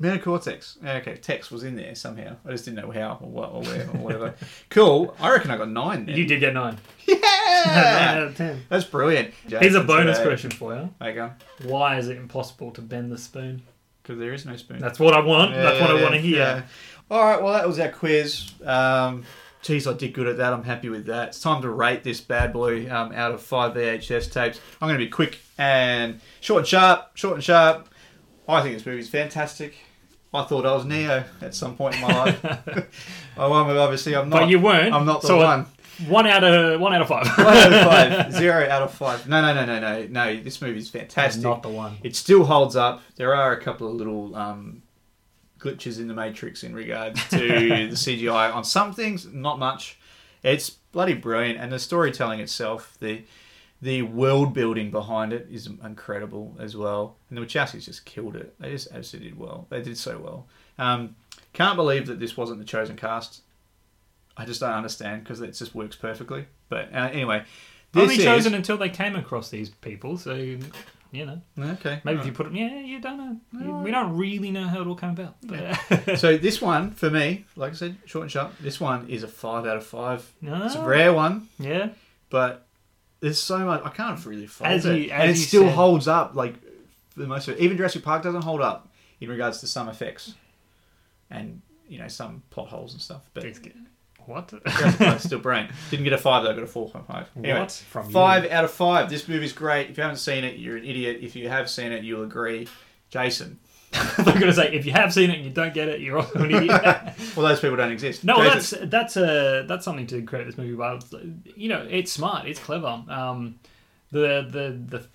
Metacortex. Okay, text was in there somehow. I just didn't know how or what or where or whatever. *laughs* cool. I reckon I got nine then. You did get nine. *laughs* Nine out Yeah! of ten. That's brilliant. Here's a Jason, bonus today. question for you. There you go. Why is it impossible to bend the spoon? Because there is no spoon. That's what I want. Yeah, that's what yeah, I want to yeah, hear. yeah. All right, well, that was our quiz. Um, geez, I did good at that. I'm happy with that. It's time to rate this bad boy um, out of five VHS tapes. I'm going to be quick and short and sharp. Short and sharp. I think this movie's fantastic. I thought I was Neo at some point in my *laughs* life. *laughs* oh, well, obviously, I'm not. But you weren't. *laughs* I'm not the so uh, one. One out of one out of One *laughs* five. out of five. Zero out of five. No, no, no, no, no, no. This movie's fantastic. not the one. It still holds up. There are a couple of little um, glitches in the Matrix in regards to *laughs* the CGI on some things, not much. It's bloody brilliant, and the storytelling itself, the the world building behind it is incredible as well. And the Wachowskis just killed it. They just absolutely did well. They did so well. Um, can't believe that this wasn't the chosen cast. I just don't understand because it just works perfectly. But uh, anyway, this Only is- chosen until they came across these people. So you know, Okay, maybe if you put them, yeah, you don't know. You- we don't really know how it all came about. But So this one for me, like I said, Ah. short and sharp. This one is a five out of five. *laughs* no, It's a rare one, yeah, but There's so much I can't really fault As it, you- as and it you still said- holds up. Like for the most, of it. even Jurassic Park doesn't hold up in regards to some effects, and you know some plot holes and stuff. But It's- What? Jurassic Park's *laughs* still brain. Didn't get a five though. Got a four point five. Anyway, What? From you. five out of five. This movie's great. If you haven't seen it, you're an idiot. If you have seen it, you'll agree. Jason. *laughs* I'm gonna say if you have seen it and you don't get it, you're also an idiot. Well, those people don't exist. No, Jason. that's that's a that's something to credit this movie by. You know, it's smart, it's clever. Um, the the the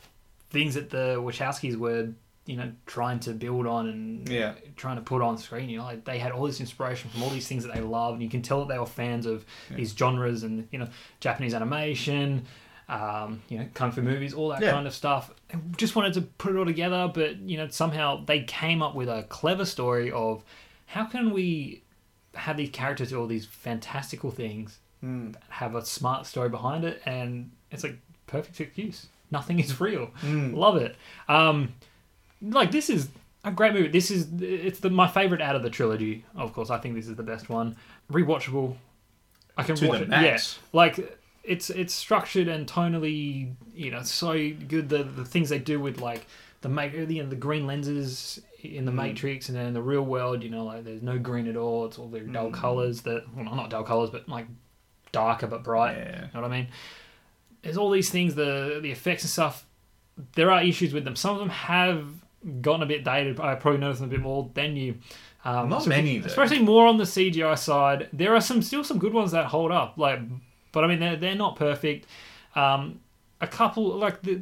things that the Wachowskis were you know trying to build on and Yeah. trying to put on screen. You know, like they had all this inspiration from all these things that they love, and you can tell that they were fans of these genres and you know Japanese animation. Um, you know, kung fu movies, all that Yeah. kind of stuff. And Just wanted to put it all together, but you know, somehow they came up with a clever story of how can we have these characters do all these fantastical things, Hmm. that have a smart story behind it, and it's like perfect excuse. Nothing is real. Hmm. Love it. Um, like this is a great movie. This is it's the my favorite out of the trilogy. Of course, I think this is the best one. Rewatchable. I can To watch the it. max. Yeah, like it's it's structured and tonally, you know, so good. The the things they do with like the ma- you know, the green lenses in Mm. the Matrix and then in the real world, you know, like there's no green at all. It's all their Mm. dull colors that well, not dull colors, but like darker but bright. Yeah. You know what I mean? There's all these things, the the effects and stuff. There are issues with them. Some of them have gotten a bit dated. I probably noticed them a bit more than you. Um, Not especially- many, though. especially more on the CGI side. There are some still some good ones that hold up. Like, but I mean, they're they're not perfect. Um, a couple like the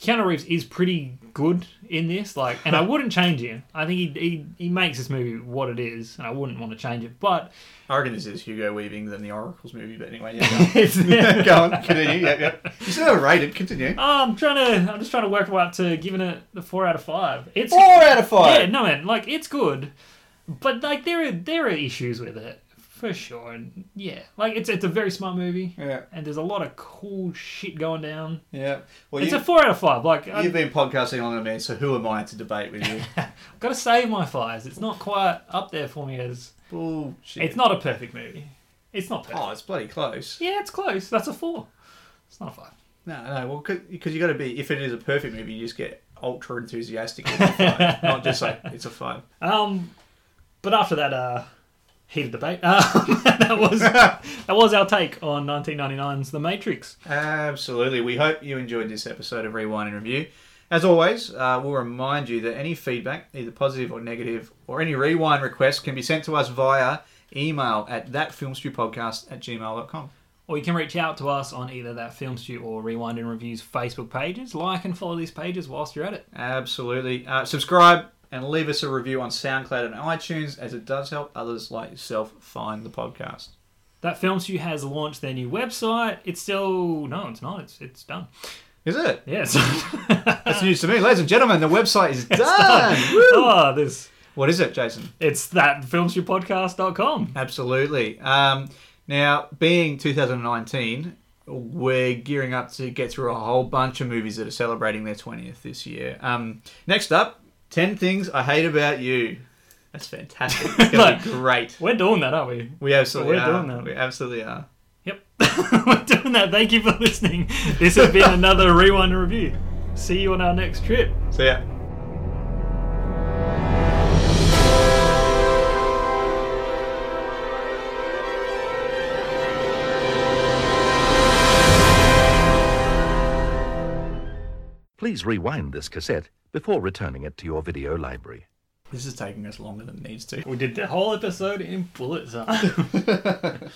Keanu Reeves is pretty good in this, like, *laughs* and I wouldn't change him. I think he, he he makes this movie what it is, and I wouldn't want to change it. But I reckon this is Hugo Weaving than the Oracles movie, but anyway, yeah. *laughs* it's, Go on, *laughs* go on continue. Yeah, yeah. You said overrated. Continue. Oh, I'm trying to I'm just trying to work out to giving it the four out of five. It's Four out of five. yeah, no man, like it's good, but like there are there are issues with it for sure, and yeah, like it's it's a very smart movie, Yeah. and there's a lot of cool shit going down. Yeah. Well, It's you, a four out of five. Like I- you've been podcasting longer than me, so who am I to debate with *laughs* you? I've got to save my fives. It's not quite up there for me as Bullshit. it's not a perfect movie. It's not perfect. Oh, it's bloody close. Yeah, it's close. That's a four. It's not a five. No, no. Well, because you got to be. If it is a perfect movie, you just get ultra enthusiastic. with a *laughs* five, not just like it's a five. Um, but after that uh, heated debate, *laughs* um, that was that was our take on 1999's The Matrix. Absolutely. We hope you enjoyed this episode of Rewind and Review. As always, uh, we'll remind you that any feedback, either positive or negative, or any rewind requests can be sent to us via email at thatfilmstewpodcast at gmail.com. Or you can reach out to us on either that Film Stew or Rewind and Reviews Facebook pages. Like and follow these pages whilst you're at it. Absolutely. Uh, subscribe and leave us a review on SoundCloud and iTunes, as it does help others like yourself find the podcast. That Film Stew has launched their new website. It's still no, it's not. It's it's done. Is it? Yes. *laughs* That's news to me. Ladies and gentlemen, the website is done. Woo! oh, this What is it, Jason? it's that filmstewpodcast.com. Absolutely. Um, now, being 2019, we're gearing up to get through a whole bunch of movies that are celebrating their 20th this year. Um, next up, 10 Things I Hate About You. That's fantastic. It's going Look. *laughs* to be great. We're doing that, aren't we? We absolutely We're are. doing that. We absolutely are. Yep. *laughs* We're doing that. Thank you for listening. This has been another Rewind and Review. See you on our next trip. So, yeah. Please rewind this cassette before returning it to your video library. This is taking us longer than it needs to. *laughs* We did the whole episode in bullet time.